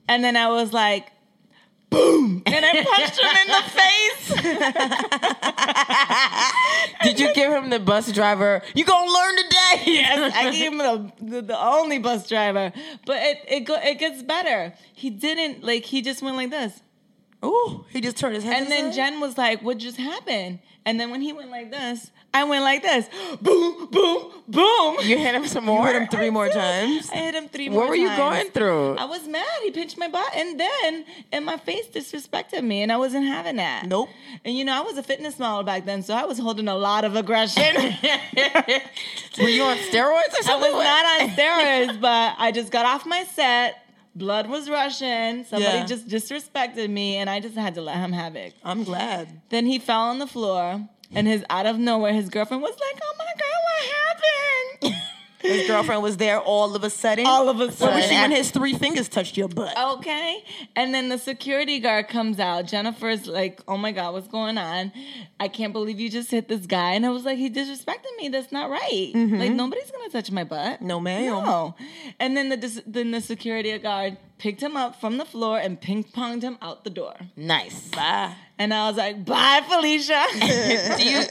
D: and then I was like. Boom! And I punched him in the face.
B: Did you give him the bus driver? You gonna learn today?
D: Yes,
B: *laughs*
D: I gave him the, the, the only bus driver. But it it go, it gets better. He didn't like. He just went like this.
C: Ooh, he just turned his head.
D: And then
C: Jen-
D: Jen was like, "What just happened?" And then when he went like this, I went like this, *gasps* boom, boom, boom.
B: You hit him some more.
C: three
D: *laughs*
C: more times.
D: I hit him three.
B: What
D: more
B: were you
D: times.
B: going through?
D: I was mad. He pinched my butt, and then in my face disrespected me, and I wasn't having that.
C: Nope.
D: And you know, I was a fitness model back then, so I was holding a lot
B: *laughs*
D: of aggression. *laughs*
B: were you on steroids or
D: I
B: something?
D: was
C: *laughs*
D: not on steroids, but I just got off my set. Blood was rushing. Somebody
C: Yeah.
D: just disrespected me, and I just had to let him have it.
C: I'm glad.
D: Then he fell on the floor, and his out of nowhere, his girlfriend was like, "Oh my god,
C: *laughs*
D: what happened?"
C: His girlfriend was there all of a sudden.
D: All of a
C: Where was
D: sudden. Oh,
C: she when his three fingers touched your butt?
D: okay. And then the security guard comes out. Jennifer's like, "Oh my god, what's going on? I can't believe you just hit this guy." And I was like, "He disrespected me. That's not right. Like nobody's gonna touch my butt."
C: Mm-hmm. No, ma'am.
D: No. And then the dis- then the security guard picked him up from the floor and ping ponged him out the door.
B: nice.
D: And I was like, "Bye, Felicia."
B: *laughs* do you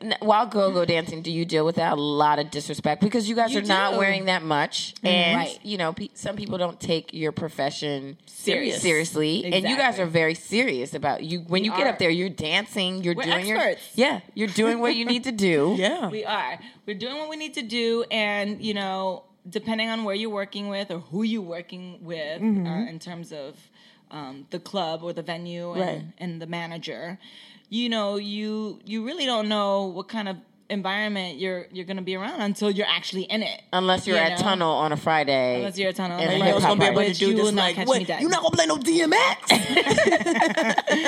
B: n- while go go dancing do you deal with that a lot of disrespect because you guys
D: You
B: are not
D: do. Mm,
B: wearing that much and
D: Right.
B: you know pe- some people don't take your profession
D: Serious.
B: seriously and you guys
D: Exactly.
B: are very serious about you when you get
D: are.
B: up there you're dancing you're
D: We're
B: doing
D: experts.
B: your yeah you're doing what you need to
D: *laughs*
B: do
C: yeah.
D: We are. We're doing what we need to do, and you know, depending on where you're working with or who you're working with,
B: Mm-hmm.
D: uh, in terms of um, the club or the venue and,
C: Right.
D: and the manager, you know, you you really don't know what kind of environment you're you're going to be around until you're actually in it.
B: unless you're
D: You
B: at
D: know?
B: tunnel on a Friday
D: Unless you're at tunnel on
B: and
D: a
B: a
D: Friday.
C: You know, it's gonna be a
B: hip-hop
C: bunch
B: party.
C: of
D: You
C: dudes that's
D: will not
C: like,
D: catch me
C: what?
D: dead."
C: You're not gonna play no
D: *laughs*
C: DMX?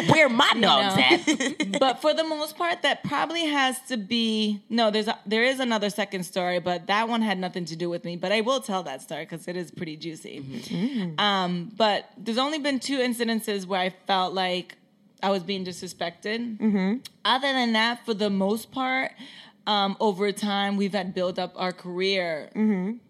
B: where my dog's at
D: but for the most part, that probably has to be no. There's a, there is another second story, but that one had nothing to do with me. But I will tell that story because it is pretty juicy. Um, but there's only been two incidences where I felt like I was being disrespected. Other than that, for the most part, um, over time we've had built up our career.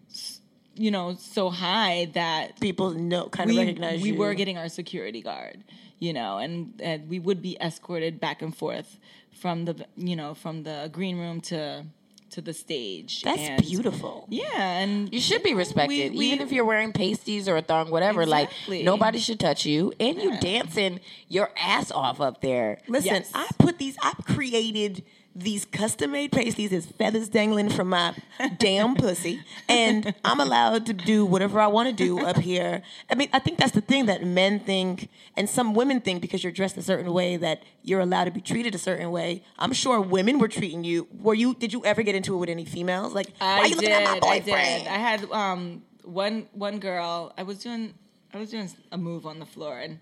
D: s- You know, so high that
C: People know, kind of
D: we,
C: recognize
D: we
C: you.
D: were getting our security guard, you know, and, and we would be escorted back and forth from the you know from the green room to to the stage.
C: That's
D: And-
C: beautiful.
D: Yeah, and
B: you should be respected,
D: We- we-
B: even if you're wearing pasties or a thong, whatever.
D: Exactly.
B: Like nobody should touch you, and you dancing your ass off up there.
C: Listen,
D: Yes.
C: I put these, I created these custom made pasties as feathers dangling from my damn pussy. And I'm allowed to do whatever I want to do up here. I mean, I think that's the thing that men think and some women think because you're dressed a certain way that you're allowed to be treated a certain way. I'm sure women were treating you. Were you, did you ever get into it with any females? Like, why
D: I
C: are you
D: did.
C: looking at my
D: I
C: boyfriend?
D: did. I had um one one girl. I was doing I was doing a move on the floor and.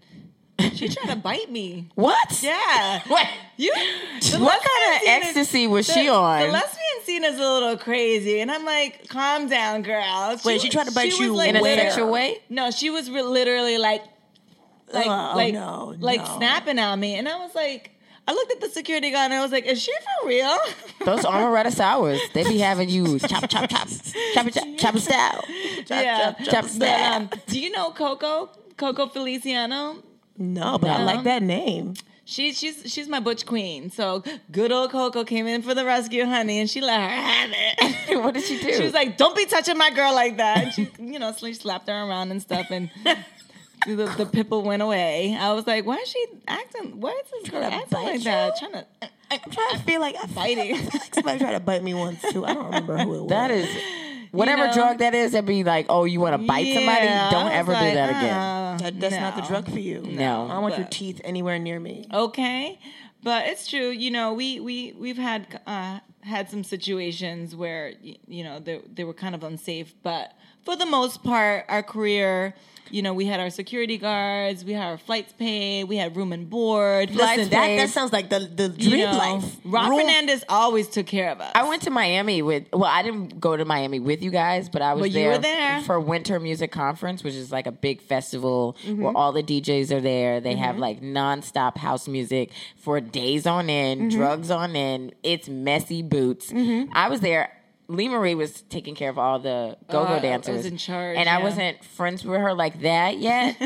D: She tried to bite me. *laughs*
C: what?
D: Yeah.
B: What?
D: You, *laughs* the
B: What
D: lesbian
B: kind of
D: scene is-
B: ecstasy was
D: the-
B: she on?
D: The lesbian scene is a little crazy, and I'm like, calm down, girl. She,
C: Wait, she tried to bite
D: was,
C: you
D: like,
B: in a
C: Where?
B: sexual way?
D: No, she was re- literally like, like,
C: Oh,
D: like,
C: no,
D: like
C: no.
D: snapping at me, and I was like, I looked at the security guard and I was like, is she for real? *laughs*
B: Those amaretto sours, they be having you chop, chop, chop, chop, chop, chop
D: *laughs*
B: style.
D: yeah.
B: chop
D: But,
B: style. *laughs*
D: um, do you know Coco? Coco Feliciano?
C: No, but I like that name.
D: She, she's she's my butch queen. So good old Coco came in for the rescue, honey, and she let her have
C: *laughs*
D: it.
B: What did she do?
D: She was like, "Don't be touching my girl like that." And she, *laughs* you know, sl- slapped her around and stuff, and *laughs* the, the pipple went away. I was like, "Why is she acting? Why is this girl
C: Tryna
D: acting
C: bite
D: like
C: you?
D: that? Trying *laughs* to
C: I'm trying to feel like I'm
D: Biting.
C: Somebody tried to bite me once too. I don't remember who it was.
B: that is whatever
D: know?
B: drug that is. That be like, oh, you want to bite
D: Yeah,
B: somebody?
D: I
B: Don't
D: was
B: ever
D: like,
B: do that again.
D: uh,
C: That- that's not the
D: no.
C: drug for you.
B: No.
C: I don't want your
D: But-
C: teeth anywhere near me.
D: Okay, but it's true. You know, we we we've had uh, had some situations where y- you know they they were kind of unsafe, but for the most part, our career. You know, we had our security guards, we had our flights paid, we had room and board.
C: Listen,
D: flights
C: that,
D: paid,
C: that sounds like the, the
D: you
C: dream
D: know.
C: life.
D: Ron
C: Room-
D: Fernandez always took care of us.
B: I went to Miami with. Well, I didn't go to Miami with you guys, but I was
D: But you
B: there,
D: were there.
B: for Winter Music Conference, which is like a big festival
D: Mm-hmm.
B: where all the DJs are there. They have like nonstop house music for days on end,
D: Mm-hmm.
B: drugs on end. It's messy boots. I was there. Lee Marie was taking care of all the go-go
D: I was
B: dancers.
D: in charge,
B: and I
D: yeah.
B: wasn't friends with her like that
D: *laughs*
B: yet.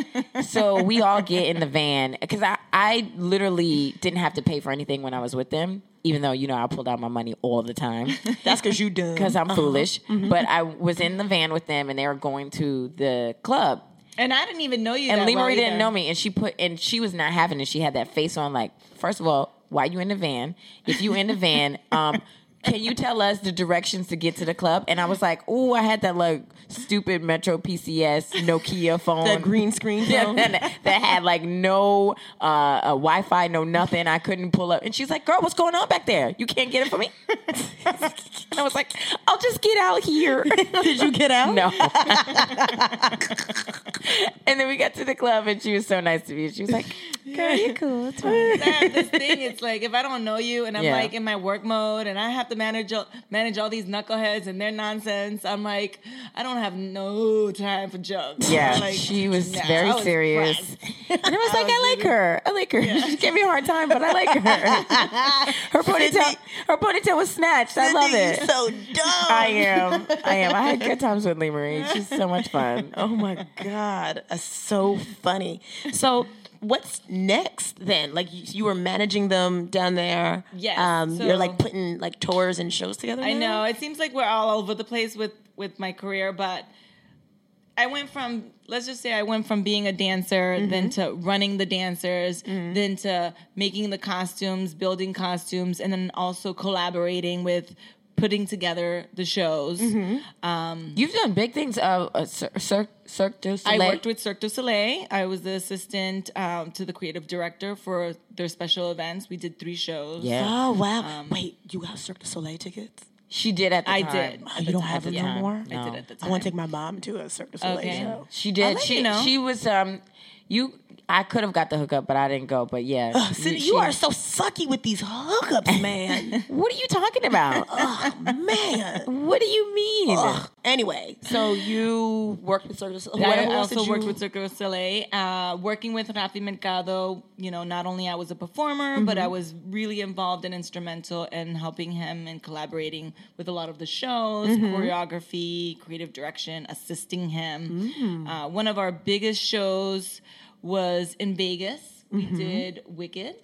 B: so we all get in the van because I, I literally didn't have to pay for anything when I was with them. Even though you know I pulled out my money all the
D: *laughs*
B: time
C: That's because you done.
B: because
D: uh-huh.
B: I'm foolish.
D: Mm-hmm.
B: But I was in the van with them, and they were going to the club.
D: and I didn't even know you.
B: And
D: that
B: Lee
D: well
B: Marie didn't
D: either.
B: know me, and she put and she was not having it. She had that face on, like first of all, why you in the van? If you in the van, *laughs* um, can you tell us the directions to get to the club? And I was like, oh, I had that like stupid Metro PCS Nokia phone,
C: *laughs* That green
D: *laughs*
C: screen
B: *laughs*
C: phone.
B: that that had like no uh, uh, Wi Fi, no nothing. I couldn't pull up. And she's like, girl, what's going on back there? You can't get it for me? *laughs* And I was like, I'll just get out
C: *laughs*
B: here. *laughs* Did you get out? *laughs* No. and then we got to the club and she was so nice to me. She was like, girl, you're cool. It's fine.
D: that, this thing it's like if I don't know you and I'm
B: Yeah.
D: like in my work mode and I have to manage all- manage all these knuckleheads and their nonsense, I'm like I don't have no time for jokes.
B: Yeah,
D: Like,
B: she was
D: nah,
B: very
D: I was
B: serious. *laughs*
D: pressed.
B: And I was like, I like her. I like her. She gave me a hard time, but I like *laughs* her. her ponytail, her ponytail was snatched. I love it.
C: You're so dumb.
B: I am. I am. I had *laughs* good times with Lee Marie. She's so much fun.
C: Oh my God. That's so funny. So, what's next then? Like, you, you were managing them down there.
D: Yes,
C: Um,
D: so-
C: you're like putting like tours and shows together.
D: I
C: now?
D: know. It seems like we're all over the place with with my career, but I went from let's just say I went from being a dancer
B: Mm-hmm.
D: then to running the dancers, then to making the costumes, building costumes, and then also collaborating with putting together the shows.
B: Mm-hmm. You've done big things. Uh, uh Cir- Cir- Cirque du
D: I
B: Soleil.
D: worked with Cirque du Soleil. I was the assistant um, to the creative director for their special events. We did three shows.
B: Yeah.
C: Oh wow!
D: Um,
C: Wait, you got Cirque du Soleil tickets?
B: She did at the
D: I
B: time. Oh,
D: did.
C: you don't have them
D: it
C: no more?
D: I
B: No.
D: did at the time.
C: I want to take my mom to a Cirque du Soleil
D: Okay.
C: show.
B: She did.
D: let
B: she
D: you know.
B: she was um you I could have got the hookup, but I didn't go. But yeah.
C: Cindy,
B: she-
C: you are so sucky with these hookups,
D: *laughs*
C: man. Oh,
B: What are you talking *laughs* about?
C: man.
B: what do you mean?
C: Ugh. Anyway, so you worked with Cirque du Soleil.
D: I
C: Whatever else
D: also
C: did
D: worked
C: you-
D: with Cirque du Soleil, uh, working with Rafi Mercado. You know, not only I was a performer, but I was really involved and instrumental in helping him and collaborating with a lot of the shows, choreography, creative direction, assisting him. Uh, one of our biggest shows was in Vegas. We did Wicked.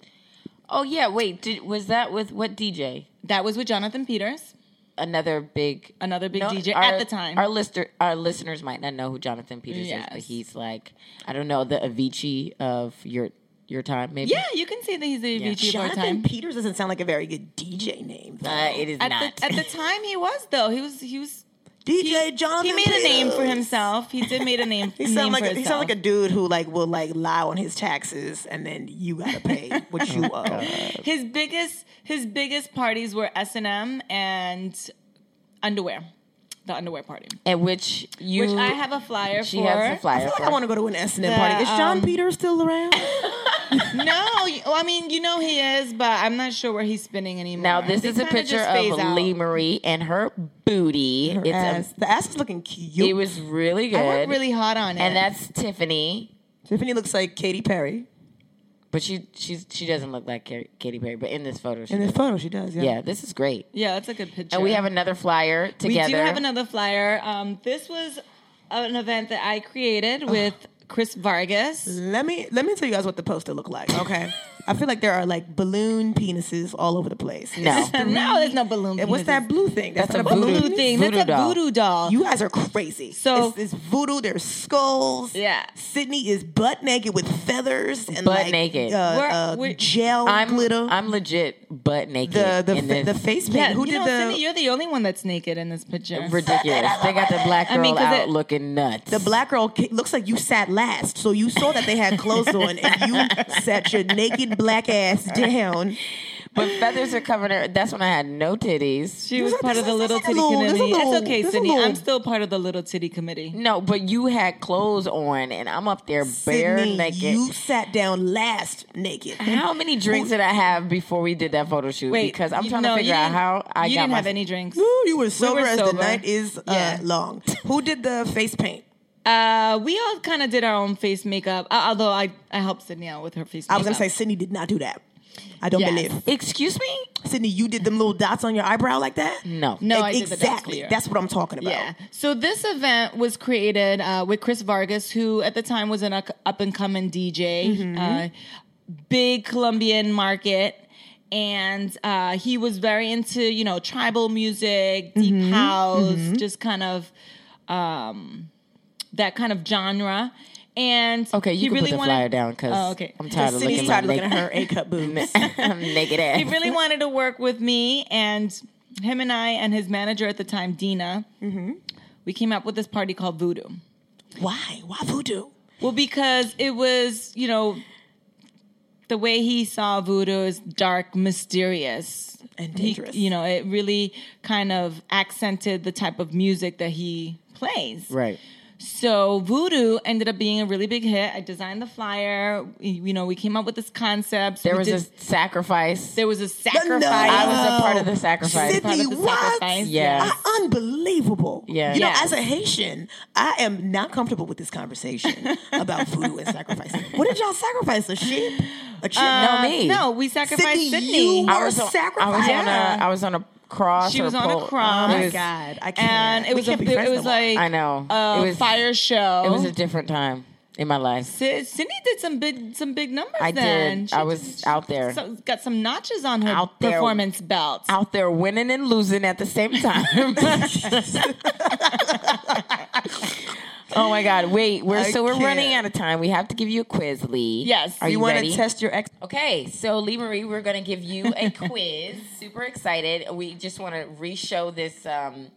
B: Oh yeah, wait, did was that with what DJ?
D: That was with Jonathan Peters,
B: Another big
D: another big
B: No,
D: DJ
B: our-
D: at the time.
B: Our lister our listeners might not know who Jonathan Peters is, but
D: Yes.
B: he's like I don't know, the Avicii of your your time, maybe.
D: yeah, you can say that he's the VP of our
C: Jonathan
D: time.
C: Peters doesn't sound like a very good DJ name. though.
B: Uh, it is
D: At
B: not.
D: the, at the time, he was though. He was he was
C: DJ Jonathan.
D: He made a name for
C: Peters.
D: himself. He did made
B: *laughs*
D: a name,
C: He
D: name
C: sound like
D: for
C: a, he sound
D: himself.
C: like a dude who like will like lie on his taxes and then you gotta pay
D: *laughs*
C: what
D: Oh
C: you owe.
D: his biggest his biggest parties were S and M and underwear, the underwear party,
B: at which you
D: which I have a flyer
B: she
D: for.
B: has a flyer.
C: I feel like
B: for.
C: I want to go to an S and M
D: The,
C: party. Is John
D: um,
C: Peters still
D: *laughs*
C: around?
D: No, you- well, I mean you know he is, but I'm not sure where he's spinning anymore.
B: Now this
D: They
B: is a
D: kinda
B: picture
D: just
B: of
D: phase out.
B: Lee Marie and her booty. it's a
D: um,
C: Ass. the ass is looking cute.
B: It was really good.
D: I worked really hard on it,
B: And that's Tiffany,
C: Tiffany looks like Katy Perry
B: but she she's she doesn't look like Car- Katy Perry. But in this photo, she
C: in this
B: does.
C: photo. She does. Yeah.
B: yeah, this is great.
D: yeah, that's a good picture.
B: And we have another flyer together.
D: We do have another flyer. Um, this was an event that I created with Chris Vargas.
C: Let me let me tell you guys what the poster looked like. Okay. I feel like there are like balloon penises all over the place.
B: No,
D: *laughs* no, there's no balloon.
C: And what's
D: penises.
C: that blue thing? That's,
B: a
C: not
B: voodoo
D: voodoo thing.
B: Voodoo
D: That's a
B: doll.
D: voodoo doll.
C: You guys are crazy.
D: So-
C: it's, it's voodoo. There's skulls.
D: Yeah.
C: Sydney is butt naked with feathers and
B: Butt
C: like,
B: naked.
C: Uh,
D: We're-
C: uh,
D: we're-
C: gel
B: I'm
C: glitter.
B: I'm legit butt naked.
C: the the
B: in
C: fa-
B: this.
C: the face paint.
D: yeah,
C: Who
D: you
C: did
D: know,
C: the
D: Cindy, you're the only one that's naked in this picture.
B: *laughs* ridiculous. they got the black girl
D: *laughs* I mean, 'cause
B: out
D: it-
B: looking nuts.
C: the black girl ca- looks like you sat last, so
D: *laughs* *laughs*
C: you saw that they had clothes on, and you sat your naked black ass down.
B: But feathers are covering her. That's when I had no titties.
D: She was part of the little titty
C: little- there's a
D: committee.
C: little-
D: It's okay,
C: there's a
D: Sydney. I'm
C: little-
D: still part of the little titty committee.
B: No, but you had clothes on, and I'm up there bare
C: Sydney,
B: naked.
C: You sat down last naked.
B: How many drinks did I have before we did that photo shoot?
D: Wait,
B: because I'm
D: you-
B: trying
D: no,
B: to
D: you
B: figure out
D: didn't-
B: how I
D: you
B: got
D: didn't
B: my
D: have any drinks.
C: Ooh, you were sober as the
D: sober.
C: night is uh,
D: Yeah.
C: long. Who did the face paint?
D: Uh, we all kind of did our own face makeup. Uh, although I, I helped Sydney out with her face.
C: I
D: makeup.
C: was gonna say Sydney did not do that. I don't
D: Yes.
C: believe.
B: Excuse me?
C: Sydney, you did them little dots on your eyebrow like that?
B: No.
D: no, I did, but that's
C: exactly.
D: clear.
C: That's what I'm talking about.
D: Yeah. So this event was created uh, with Chris Vargas, who at the time was an up and coming DJ, uh,
B: Mm-hmm.
D: big Colombian market. And uh, he was very into, you know, tribal music, deep
B: Mm-hmm.
D: house, just kind of um, that kind of genre. And
B: Okay, you
D: he
B: can
D: really
B: put the
D: wanted-
B: flyer down because
D: Oh, okay.
B: I'm tired of
C: Sydney's
B: looking,
C: tired
B: at
C: of looking at her A cup boobs.
B: *laughs* naked ass.
D: he really wanted to work with me and him and I and his manager at the time, Dina.
B: Mm-hmm.
D: We came up with this party called Voodoo.
C: Why? Why voodoo?
D: Well, because it was, you know, the way he saw voodoo is dark, mysterious,
C: And
D: He-
C: dangerous.
D: you know, it really kind of accented the type of music that he plays.
B: right.
D: So voodoo ended up being a really big hit. I designed the flyer. You you know, we came up with this concept.
B: There
D: We
B: was
D: did-
B: a sacrifice.
D: there was a sacrifice.
B: I was a part of the sacrifice.
D: Part
C: Sydney,
D: of the
C: what?
D: sacrifice.
B: Yes.
C: I- unbelievable.
B: Yeah.
C: You know,
D: Yes.
C: as a Haitian, I am not comfortable with this conversation about voodoo and sacrifice. What did y'all sacrifice? A sheep? A chicken?
B: no, me.
D: No, we sacrificed
C: Sydney,
D: Sydney.
C: you
B: I
C: were
B: was, on, I was
C: sacrificed.
B: on a I was on a cross.
D: She
B: or
D: was on
B: pole.
D: a cross.
C: Oh my God. I can't.
D: And
C: We
D: it was a,
C: can't be
D: it
C: friends
D: was
C: no more.
D: like
B: I know.
D: a
B: It was-
D: Uh, fire show.
B: It was a different time in my life.
D: Sy- Sydney did some big some big numbers.
B: I
D: then.
B: did. I was out there.
D: so- got some notches on her
B: Out there.
D: performance belt.
B: Out there winning and losing at the same
C: *laughs*
B: time. oh my God! Wait, we're so we're
C: I
B: running
C: can't.
B: out of time. We have to give you a quiz, Lee.
D: Yes.
B: Are
D: You
B: you,
C: wanna
B: ready?
C: test your ex?
B: Okay, so Lee Marie, we're gonna give you
D: *laughs*
B: a quiz. Super excited. We just want to re-show this
D: *laughs*
B: um,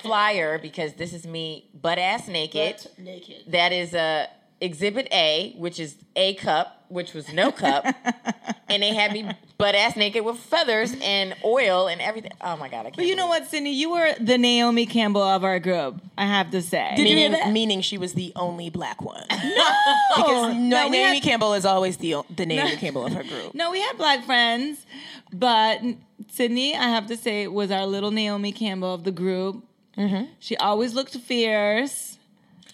B: flyer because this is me butt ass naked. naked. That is uh, Exhibit A, which is a cup, which was no
D: *laughs*
B: cup, and they had me butt ass naked with feathers and oil and everything. Oh my god, I can't.
D: But you know what, Sydney, you were the Naomi Campbell of our group. I have to say.
C: Meaning, meaning she was the only black one. No,
D: because
C: Na-
D: no, we
C: Naomi
D: had,
C: Campbell is always the o- the Naomi Campbell of her group.
D: no, we had black friends, but Sydney, I have to say, was our little Naomi Campbell of the group.
B: Mm-hmm.
D: She always looked fierce.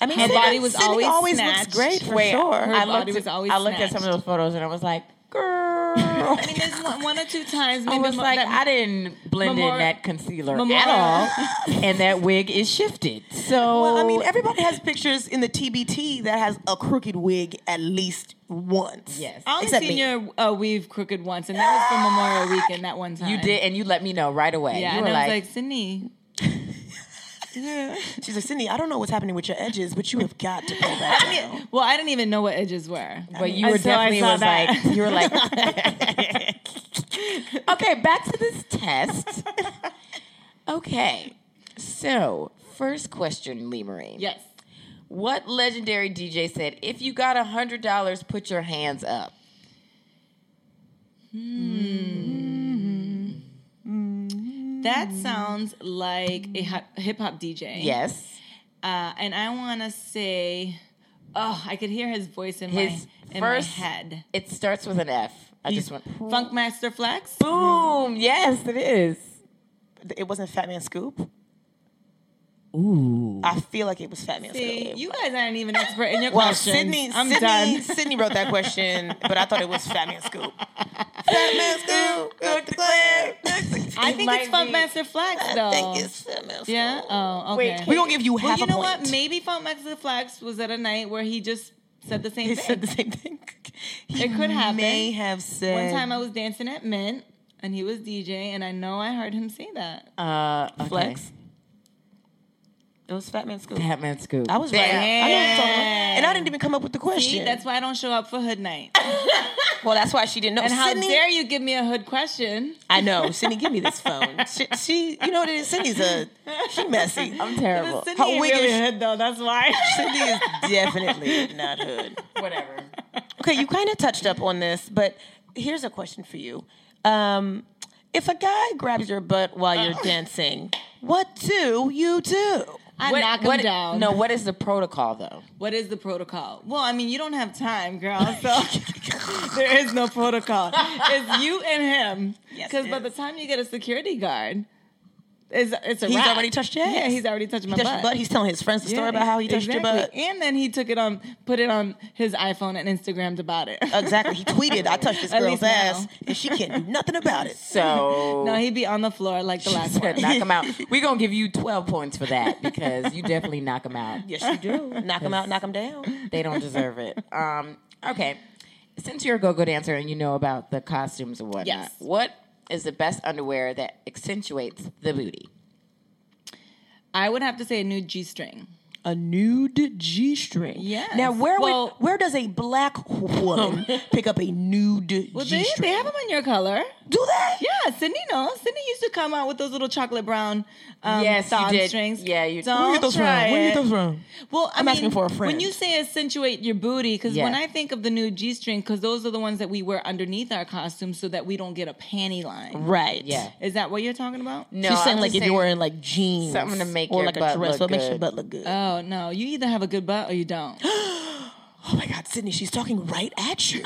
C: I mean,
D: Her
C: Sydney-
D: body was
C: Sydney
D: always
C: always looks
D: snatched.
C: great for
B: Wait,
C: sure.
D: Her
B: I
D: body
B: looked,
D: was
B: at,
D: always
B: I looked at some
D: snatched.
B: of those photos and I was like, girl.
D: *laughs* I mean, there's one, one or two times maybe
B: I was
D: mo-
B: like,
D: that-
B: I didn't blend
D: Memorial-
B: in that concealer
D: Memorial- *laughs*
B: at all, and that wig is shifted. So
C: Well, I mean, everybody has pictures in the TBT that has a crooked wig at least once.
B: Yes.
D: I only
C: Except
D: seen
C: me.
D: your uh, weave crooked once, and that was for Memorial Weekend that one time.
B: you did, and you let me know right away.
D: Yeah,
B: you
D: and
B: were
D: I was
B: like,
D: like, Sydney.
C: She's like, Sydney, I don't know what's happening with your edges, but you have got to pull that down.
D: Well, *laughs* I didn't even know what edges were.
B: but you
D: I
B: were
D: saw- I
B: definitely
D: saw
B: was
D: that.
B: like, you were
D: *laughs*
B: like, okay, back to this test. Okay, so first question, Lee Marie.
D: Yes.
B: What legendary DJ said, if you got hundred dollars, put your hands up?
D: That sounds like a hip hop DJ.
B: Yes.
D: Uh, and I want to say, oh, I could hear his voice in,
B: His
D: my, in
B: first-
D: my head.
B: It starts with an F. I just went.
D: Funkmaster Flex?
B: Boom! Yes, it is.
C: It wasn't Fat Man Scoop. Ooh. I feel like it was Fat Man
D: See,
C: Scoop.
D: you guys aren't even expert in your
C: well,
D: questions.
C: Sydney,
D: I'm
C: Sydney, *laughs*
D: done.
C: Sydney wrote that question, but I thought it was Fat Man Scoop. Fat Man Scoop, go to play.
D: *laughs* I think it's Funkmaster
B: *laughs*
D: Flex, though.
C: I think it's Fat Man Scoop.
D: Yeah. Oh,
B: Wait,
D: okay.
C: We're going to give you half
D: well, you
C: a
D: know
C: point.
D: what? Maybe Funk Master Flex was at a night where he just said the same
C: He
D: thing.
C: said the same thing. *laughs* He
D: It could happen.
C: may have said.
D: One time I was dancing at Mint and he was DJ, and I know I heard him say that.
B: Uh, okay.
C: Flex. It was Fat Man Scoop.
B: Batman Scoop.
C: I was right. I know what you're talking about. And I didn't even come up with the question.
D: See, that's why I don't show up for hood night.
C: well, that's why she didn't know.
D: And how
C: Sydney,
D: dare you give me a hood question?
C: I know. Sydney, give me this *laughs* phone. She, she you know what it is? Sydney's a she *laughs* messy.
B: I'm terrible.
D: Sydney
C: Her
D: ain't
C: wig
D: really
C: is-
D: hood though. That's why.
C: *laughs* Sydney is definitely not hood.
B: Whatever.
C: Okay, you kind of touched up on this, but here's a question for you. Um, if a guy grabs your butt while you're dancing, what do you do?
D: I
B: What-
D: knock him
B: what-
D: down.
B: No, what is the protocol
D: *laughs*
B: though?
D: What is the protocol? Well, I mean, you don't have time, girl. So *laughs* there is no protocol. It's you and him. Because by the time you get a security guard, it's, it's a
C: He's
D: wrap.
C: already touched your ass.
D: Yeah, he's already touched my
C: Touch
D: butt.
C: your butt. He's telling his friends the
D: Yeah,
C: story about how he touched your butt. *laughs*
D: exactly. And then he took it on, put it on his iPhone and Instagrammed about it.
B: Uh,
D: *laughs*
C: Exactly. He tweeted, "I touched this
D: At
C: girl's
D: least now.
C: ass, and she can't do nothing about it."
B: So *laughs*
D: no, he'd be on the floor like the last
B: to
D: one.
B: knock him out.
D: *laughs*
B: We're gonna give you twelve points for that because you definitely knock him out.
C: *laughs* Yes, you do. Knock him out. Knock him down.
B: They don't deserve it. Um, okay. Since you're a go-go dancer and you know about the costumes and whatnot,
D: Yes.
B: what is the best underwear that accentuates the booty?
D: I would have to say a new G string.
C: A nude G string.
D: Yes.
C: Now, where would,
D: Well-
C: where does a black *laughs* woman pick up a nude
D: Well,
C: G
D: they, they
C: string?
D: have them in your color.
C: do that?
D: Yeah, Cindy knows. Cindy used to come out with those little chocolate brown um,
B: Yes, you
D: thong
B: did.
D: strings.
B: Yeah, you-
D: don't
B: Where you get
D: try it.
C: from?
D: Well, I
C: I'm asking
D: mean,
C: for a friend.
D: When you say accentuate your booty, because when
B: Yeah.
D: I think of the new G string, because those are the ones that we wear underneath our costumes so that we don't get a panty line.
C: Right.
B: Yeah.
D: Is that what you're talking about?
B: No,
C: She's saying
B: I'm
C: like
B: just
C: if you're wearing like jeans,
B: something to make
C: or
B: your
C: like a
B: butt look
C: dress, what makes your
B: good.
C: butt look good?
D: Oh no, you either have a good butt or you don't.
C: oh my God, Sydney, she's talking right at you.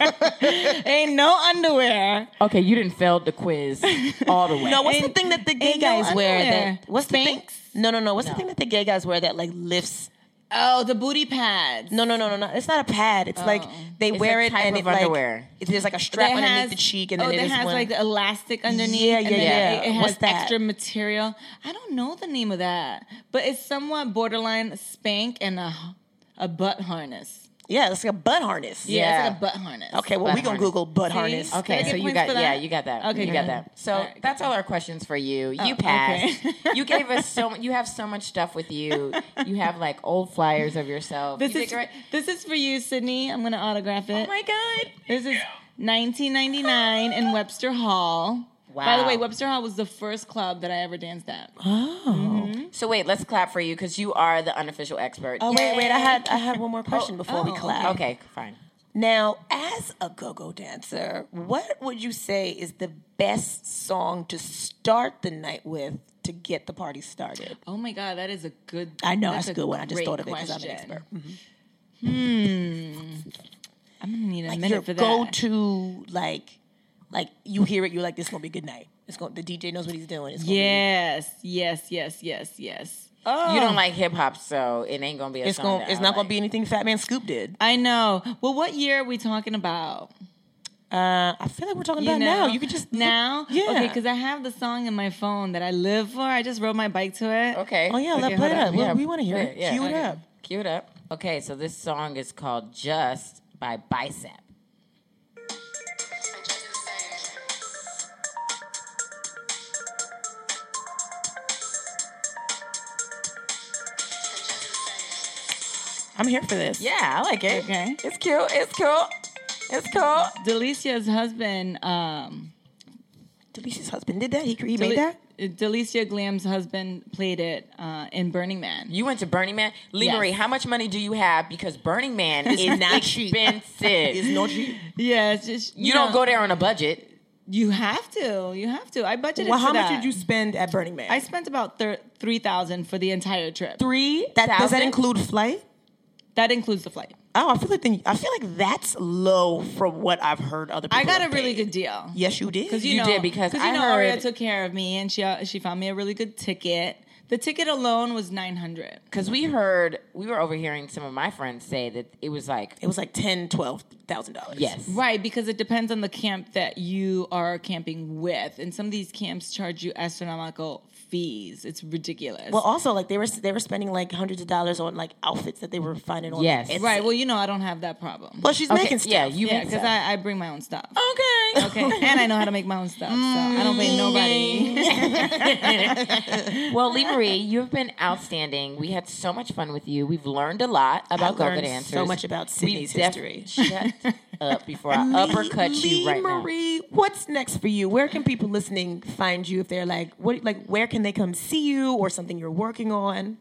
D: Ain't no underwear.
B: Okay, you didn't fail the quiz all
D: *laughs*
B: the way.
C: No, what's the
D: Ain't-
C: thing that the gay
D: ain't no
C: guys wear?
D: underwear.
C: That what's
D: Spanx?
C: the thing? No, no, no. What's the thing that the gay guys wear that like lifts?
D: Oh, the booty pads.
C: No, no, no, no, no. It's not a pad. It's like they
B: It's
C: wear
B: a
C: it
B: type
C: and
B: of
C: it like
B: underwear.
C: it- there's like a strap
D: That
C: underneath
D: has-
C: the cheek and
D: oh,
C: then it
D: that
C: is
D: has
C: one.
D: like the elastic underneath.
C: Yeah,
D: and
C: yeah,
D: then
C: yeah.
D: It, it has
C: What's that?
D: extra material. I don't know the name of that, but it's somewhat borderline spank and a a butt harness.
C: yeah, it's like a butt harness.
D: Yeah, it's
B: Yeah.
D: like a butt harness.
C: Okay, well
B: Butt
C: we gonna
B: harness. Oh,
C: Google butt
D: See?
C: harness.
D: Okay.
B: Okay,
D: Can I
B: so
D: get
B: you
D: points
B: got
D: for that?
B: yeah, you got that.
D: Okay,
B: you got
D: good.
B: that. So
D: All right,
B: that's all our questions for you. You
D: okay.
B: passed. you gave us so mu- you have so much stuff with you. You have like old flyers of yourself.
D: This
B: You
D: is
B: did great.
D: this is for you, Sydney. I'm gonna autograph
B: Oh
D: it.
B: my god.
D: This is 1999 in Webster Hall. By the
B: Wow.
D: way, Webster Hall was the first club that I ever danced at.
B: So wait, let's clap for you because you are the unofficial expert.
C: Oh wait, wait. I had I had one more question before we clap.
B: Okay, fine.
C: Now, as a go-go dancer, what would you say is the best song to start the night with to get the party started?
D: Oh my God, that is a good.
C: I know that's, a good one. I just
D: great
C: thought of it because I'm an
D: question.
C: expert.
D: I'm gonna Mm, need a
C: Like
D: minute
C: your
D: for that.
C: go-to, like, like you hear it, you're like, this is gonna be a good night. It's going. to The DJ knows what he's doing. It's gonna be-
D: Yes, yes, yes, yes, yes. Oh,
B: You don't like hip hop, so it ain't gonna be a
C: It's
B: song
C: going.
B: that
C: to It's
B: I
C: not gonna
B: like.
C: be anything Fat Man Scoop did.
D: I know. Well, what year are we talking about?
C: Uh, I feel like we're talking
D: You
C: about now.
D: know?
C: You could just
D: now.
C: Yeah.
D: Okay, because I have the song in my phone that I live for. I just rode my bike to it.
B: Okay.
C: Oh yeah,
D: Okay,
C: let play it
D: hold on.
C: up. We-
B: Yeah,
C: We want to hear
B: play
C: it.
B: it, yeah.
C: Cue it
B: Okay.
C: up.
B: Cue it up. Okay, so this song is called Just by Bicep.
C: I'm here for this.
B: Yeah, I like it.
D: Okay.
B: It's cute. It's cool. It's cool.
D: Delicia's husband, um,
C: Delicia's husband did that. He, he made
D: Deli-
C: that.
D: Delicia Glam's husband played it uh, in Burning Man.
B: You went to Burning Man. Lee
D: Yes.
B: Marie, how much money do you have? Because Burning *laughs* Man is
C: not cheap.
B: expensive.
C: no cheap.
D: yeah, it's just
B: you don't go there on a budget.
D: You have to. You have to. I budgeted.
C: Well,
D: for
C: how much
D: that.
C: did you spend at Burning Man?
D: I spent about thir- three thousand for the entire trip.
B: Three.
C: that, does that include flight?
D: That includes the flight.
C: Oh, I feel like then, I feel like that's low from what I've heard other people.
D: I got
C: have
D: a really
C: paid.
D: good deal.
C: Yes, you did.
D: Because you,
B: You
D: know,
B: did, because
D: you
B: I
D: know
B: heard-
D: Aria took care of me and she uh, she found me a really good ticket. The ticket alone was nine hundred.
B: Because we heard, we were overhearing some of my friends say that it was like,
C: it was like ten, twelve thousand dollars.
B: yes.
D: Right, because it depends on the camp that you are camping with, and some of these camps charge you astronomical fees. It's ridiculous.
C: Well, also like they were they were spending like hundreds of dollars on like outfits that they were finding on.
B: Yes.
C: Etsy.
D: right. Well, you know I don't have that problem.
C: Well, she's making stuff.
B: Yeah, you
D: yeah,
B: make
D: because
B: stuff.
D: I, I bring my own *laughs* stuff.
C: Okay.
B: *laughs*
D: Okay, and I know how to make my own stuff, so I don't pay nobody.
B: Well, Lee *laughs* Marie, you've been outstanding. We had so much fun with you. We've learned a lot about go-go
C: learned
B: dancers.
C: so much about Sydney's
B: We've def-
C: history.
B: *laughs* Shut up before *laughs* I uppercut you right now.
C: Marie, what's next for you? Where can people listening find you if they're like, what, like, where can they come see you or something you're working on?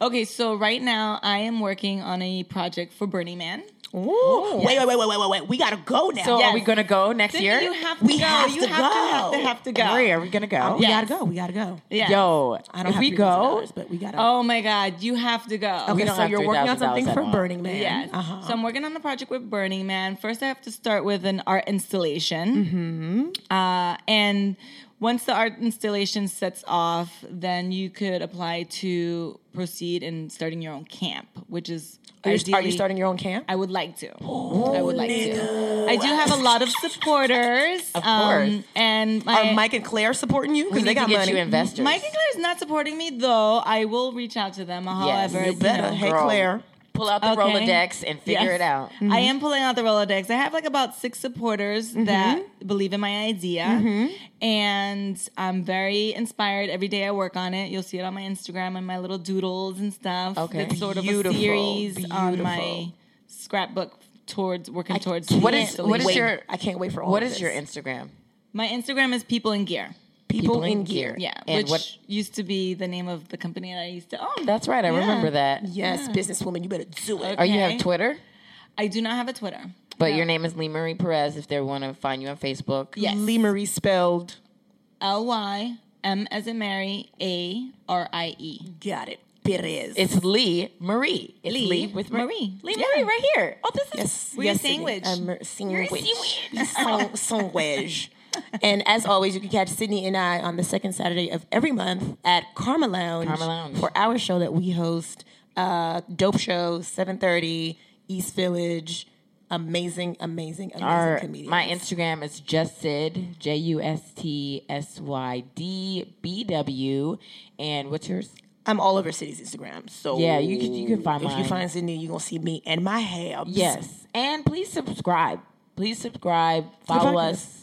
D: Okay, so right now I am working on a project for Burning Man.
C: Ooh. Wait, wait, wait, wait, wait, wait, wait. We gotta go now.
B: So
D: Yes.
B: are we gonna go next
D: Sydney,
B: year?
D: you have to
C: We
D: go.
C: have
D: you
C: to
D: have to have
C: go.
D: to have to go.
B: Where are we gonna go?
C: we
D: Yeah.
C: gotta go. We gotta go.
D: Yes.
B: Yo,
C: I don't
B: if
C: have
B: we go,
C: $3,000, but we gotta.
D: Oh my God, you have to go.
B: we
C: okay,
B: don't
C: so
B: have
C: you're working on
B: $3,000
C: something
B: at
C: for
B: all.
C: Burning Man.
D: Yes.
C: Uh-huh.
D: So I'm working on a project with Burning Man. First, I have to start with an art installation. Mm-hmm. Uh, and once the art installation sets off, then you could apply to proceed in starting your own camp, which is
C: Are you, are you
D: ideally-
C: starting your own camp?
D: I would
C: *gasps*
D: like to. I would like to. I do have a lot of supporters. Of
B: course.
D: and
C: Are
D: my,
C: Um, Mike and Claire supporting you?
B: we
C: Because
B: need
C: they got
B: to get
C: money.
B: you investors.
D: Mike and Claire is not supporting me, though. I will reach out to them. However,
B: you
D: know,
C: Better. Hey,
B: girl.
C: Claire.
B: Pull out the
D: Okay.
B: Rolodex and figure
D: Yes.
B: it out. Mm-hmm.
D: I am pulling out the Rolodex. I have like about six supporters that believe in my idea,
B: Mm-hmm.
D: and I'm very inspired. Every day I work on it. You'll see it on my Instagram and my little doodles and stuff.
B: Okay.
D: it's sort
B: Beautiful,
D: of a series on my
B: beautiful.
D: scrapbook towards working towards.
B: What
D: the
B: is what is
D: installation.
B: your?
C: I can't wait for all
B: What
C: of
B: is your
C: this.
B: Instagram?
D: my Instagram is people in gear.
C: people, in gear?
D: Yeah,
B: And
D: which
B: what-
D: used to be the name of the company that I used to own.
B: That's right. I
D: Yeah.
B: remember that.
C: Yes, businesswoman, you better do it.
B: Or you
D: Okay.
B: have Twitter,
D: I do not have a Twitter.
B: but your name is Lee Marie Perez. If they want to find you on Facebook,
D: Yes,
C: Lee Marie spelled.
D: L Y M as in Mary A R I E.
C: Got it. Perez.
B: it's Lee Marie. It's Lee,
D: Lee
B: with Mar-
D: Marie.
B: Lee
D: Yeah.
B: Marie right here. Oh, this is
C: yes,
D: We're a
C: yes, it is.
D: sandwich.
C: I'm a sandwich.
B: sandwich.
C: *laughs* San- sandwich. And as always, you can catch Sydney and I on the second Saturday of every month at Karma Lounge,
B: Karma Lounge.
C: for our show that we host. Uh, dope show, seven thirty, East Village. Amazing, amazing, amazing
B: Our,
C: comedians.
B: my Instagram is just Sid, J U S T S Y D B W. And what's yours?
C: I'm all over Sydney's Instagram. So
B: Yeah, you can- you can find
C: if you
B: mine.
C: find Sydney, you're gonna see me and my halves.
B: Yes. And please subscribe. Please subscribe. Follow
C: podcast.
B: us.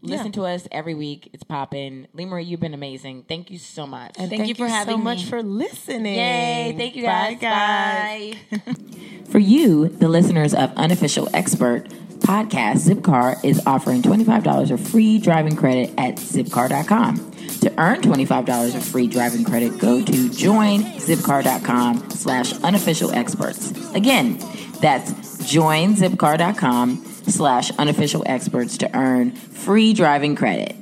B: Listen to us every week. It's popping. Lee Marie, you've been amazing. Thank you so much.
C: And
D: Thank you for having
C: so much
D: me.
C: for listening.
B: Yay. Thank you guys.
C: Bye, guys.
B: Bye.
C: *laughs*
G: For you, the listeners of Unofficial Expert podcast, Zipcar is offering $25 of free driving credit at zipcar.com. To earn $25 of free driving credit, go to joinzipcar.com slash unofficial experts. Again, that's joinzipcar.com slash unofficial experts to earn free driving credit.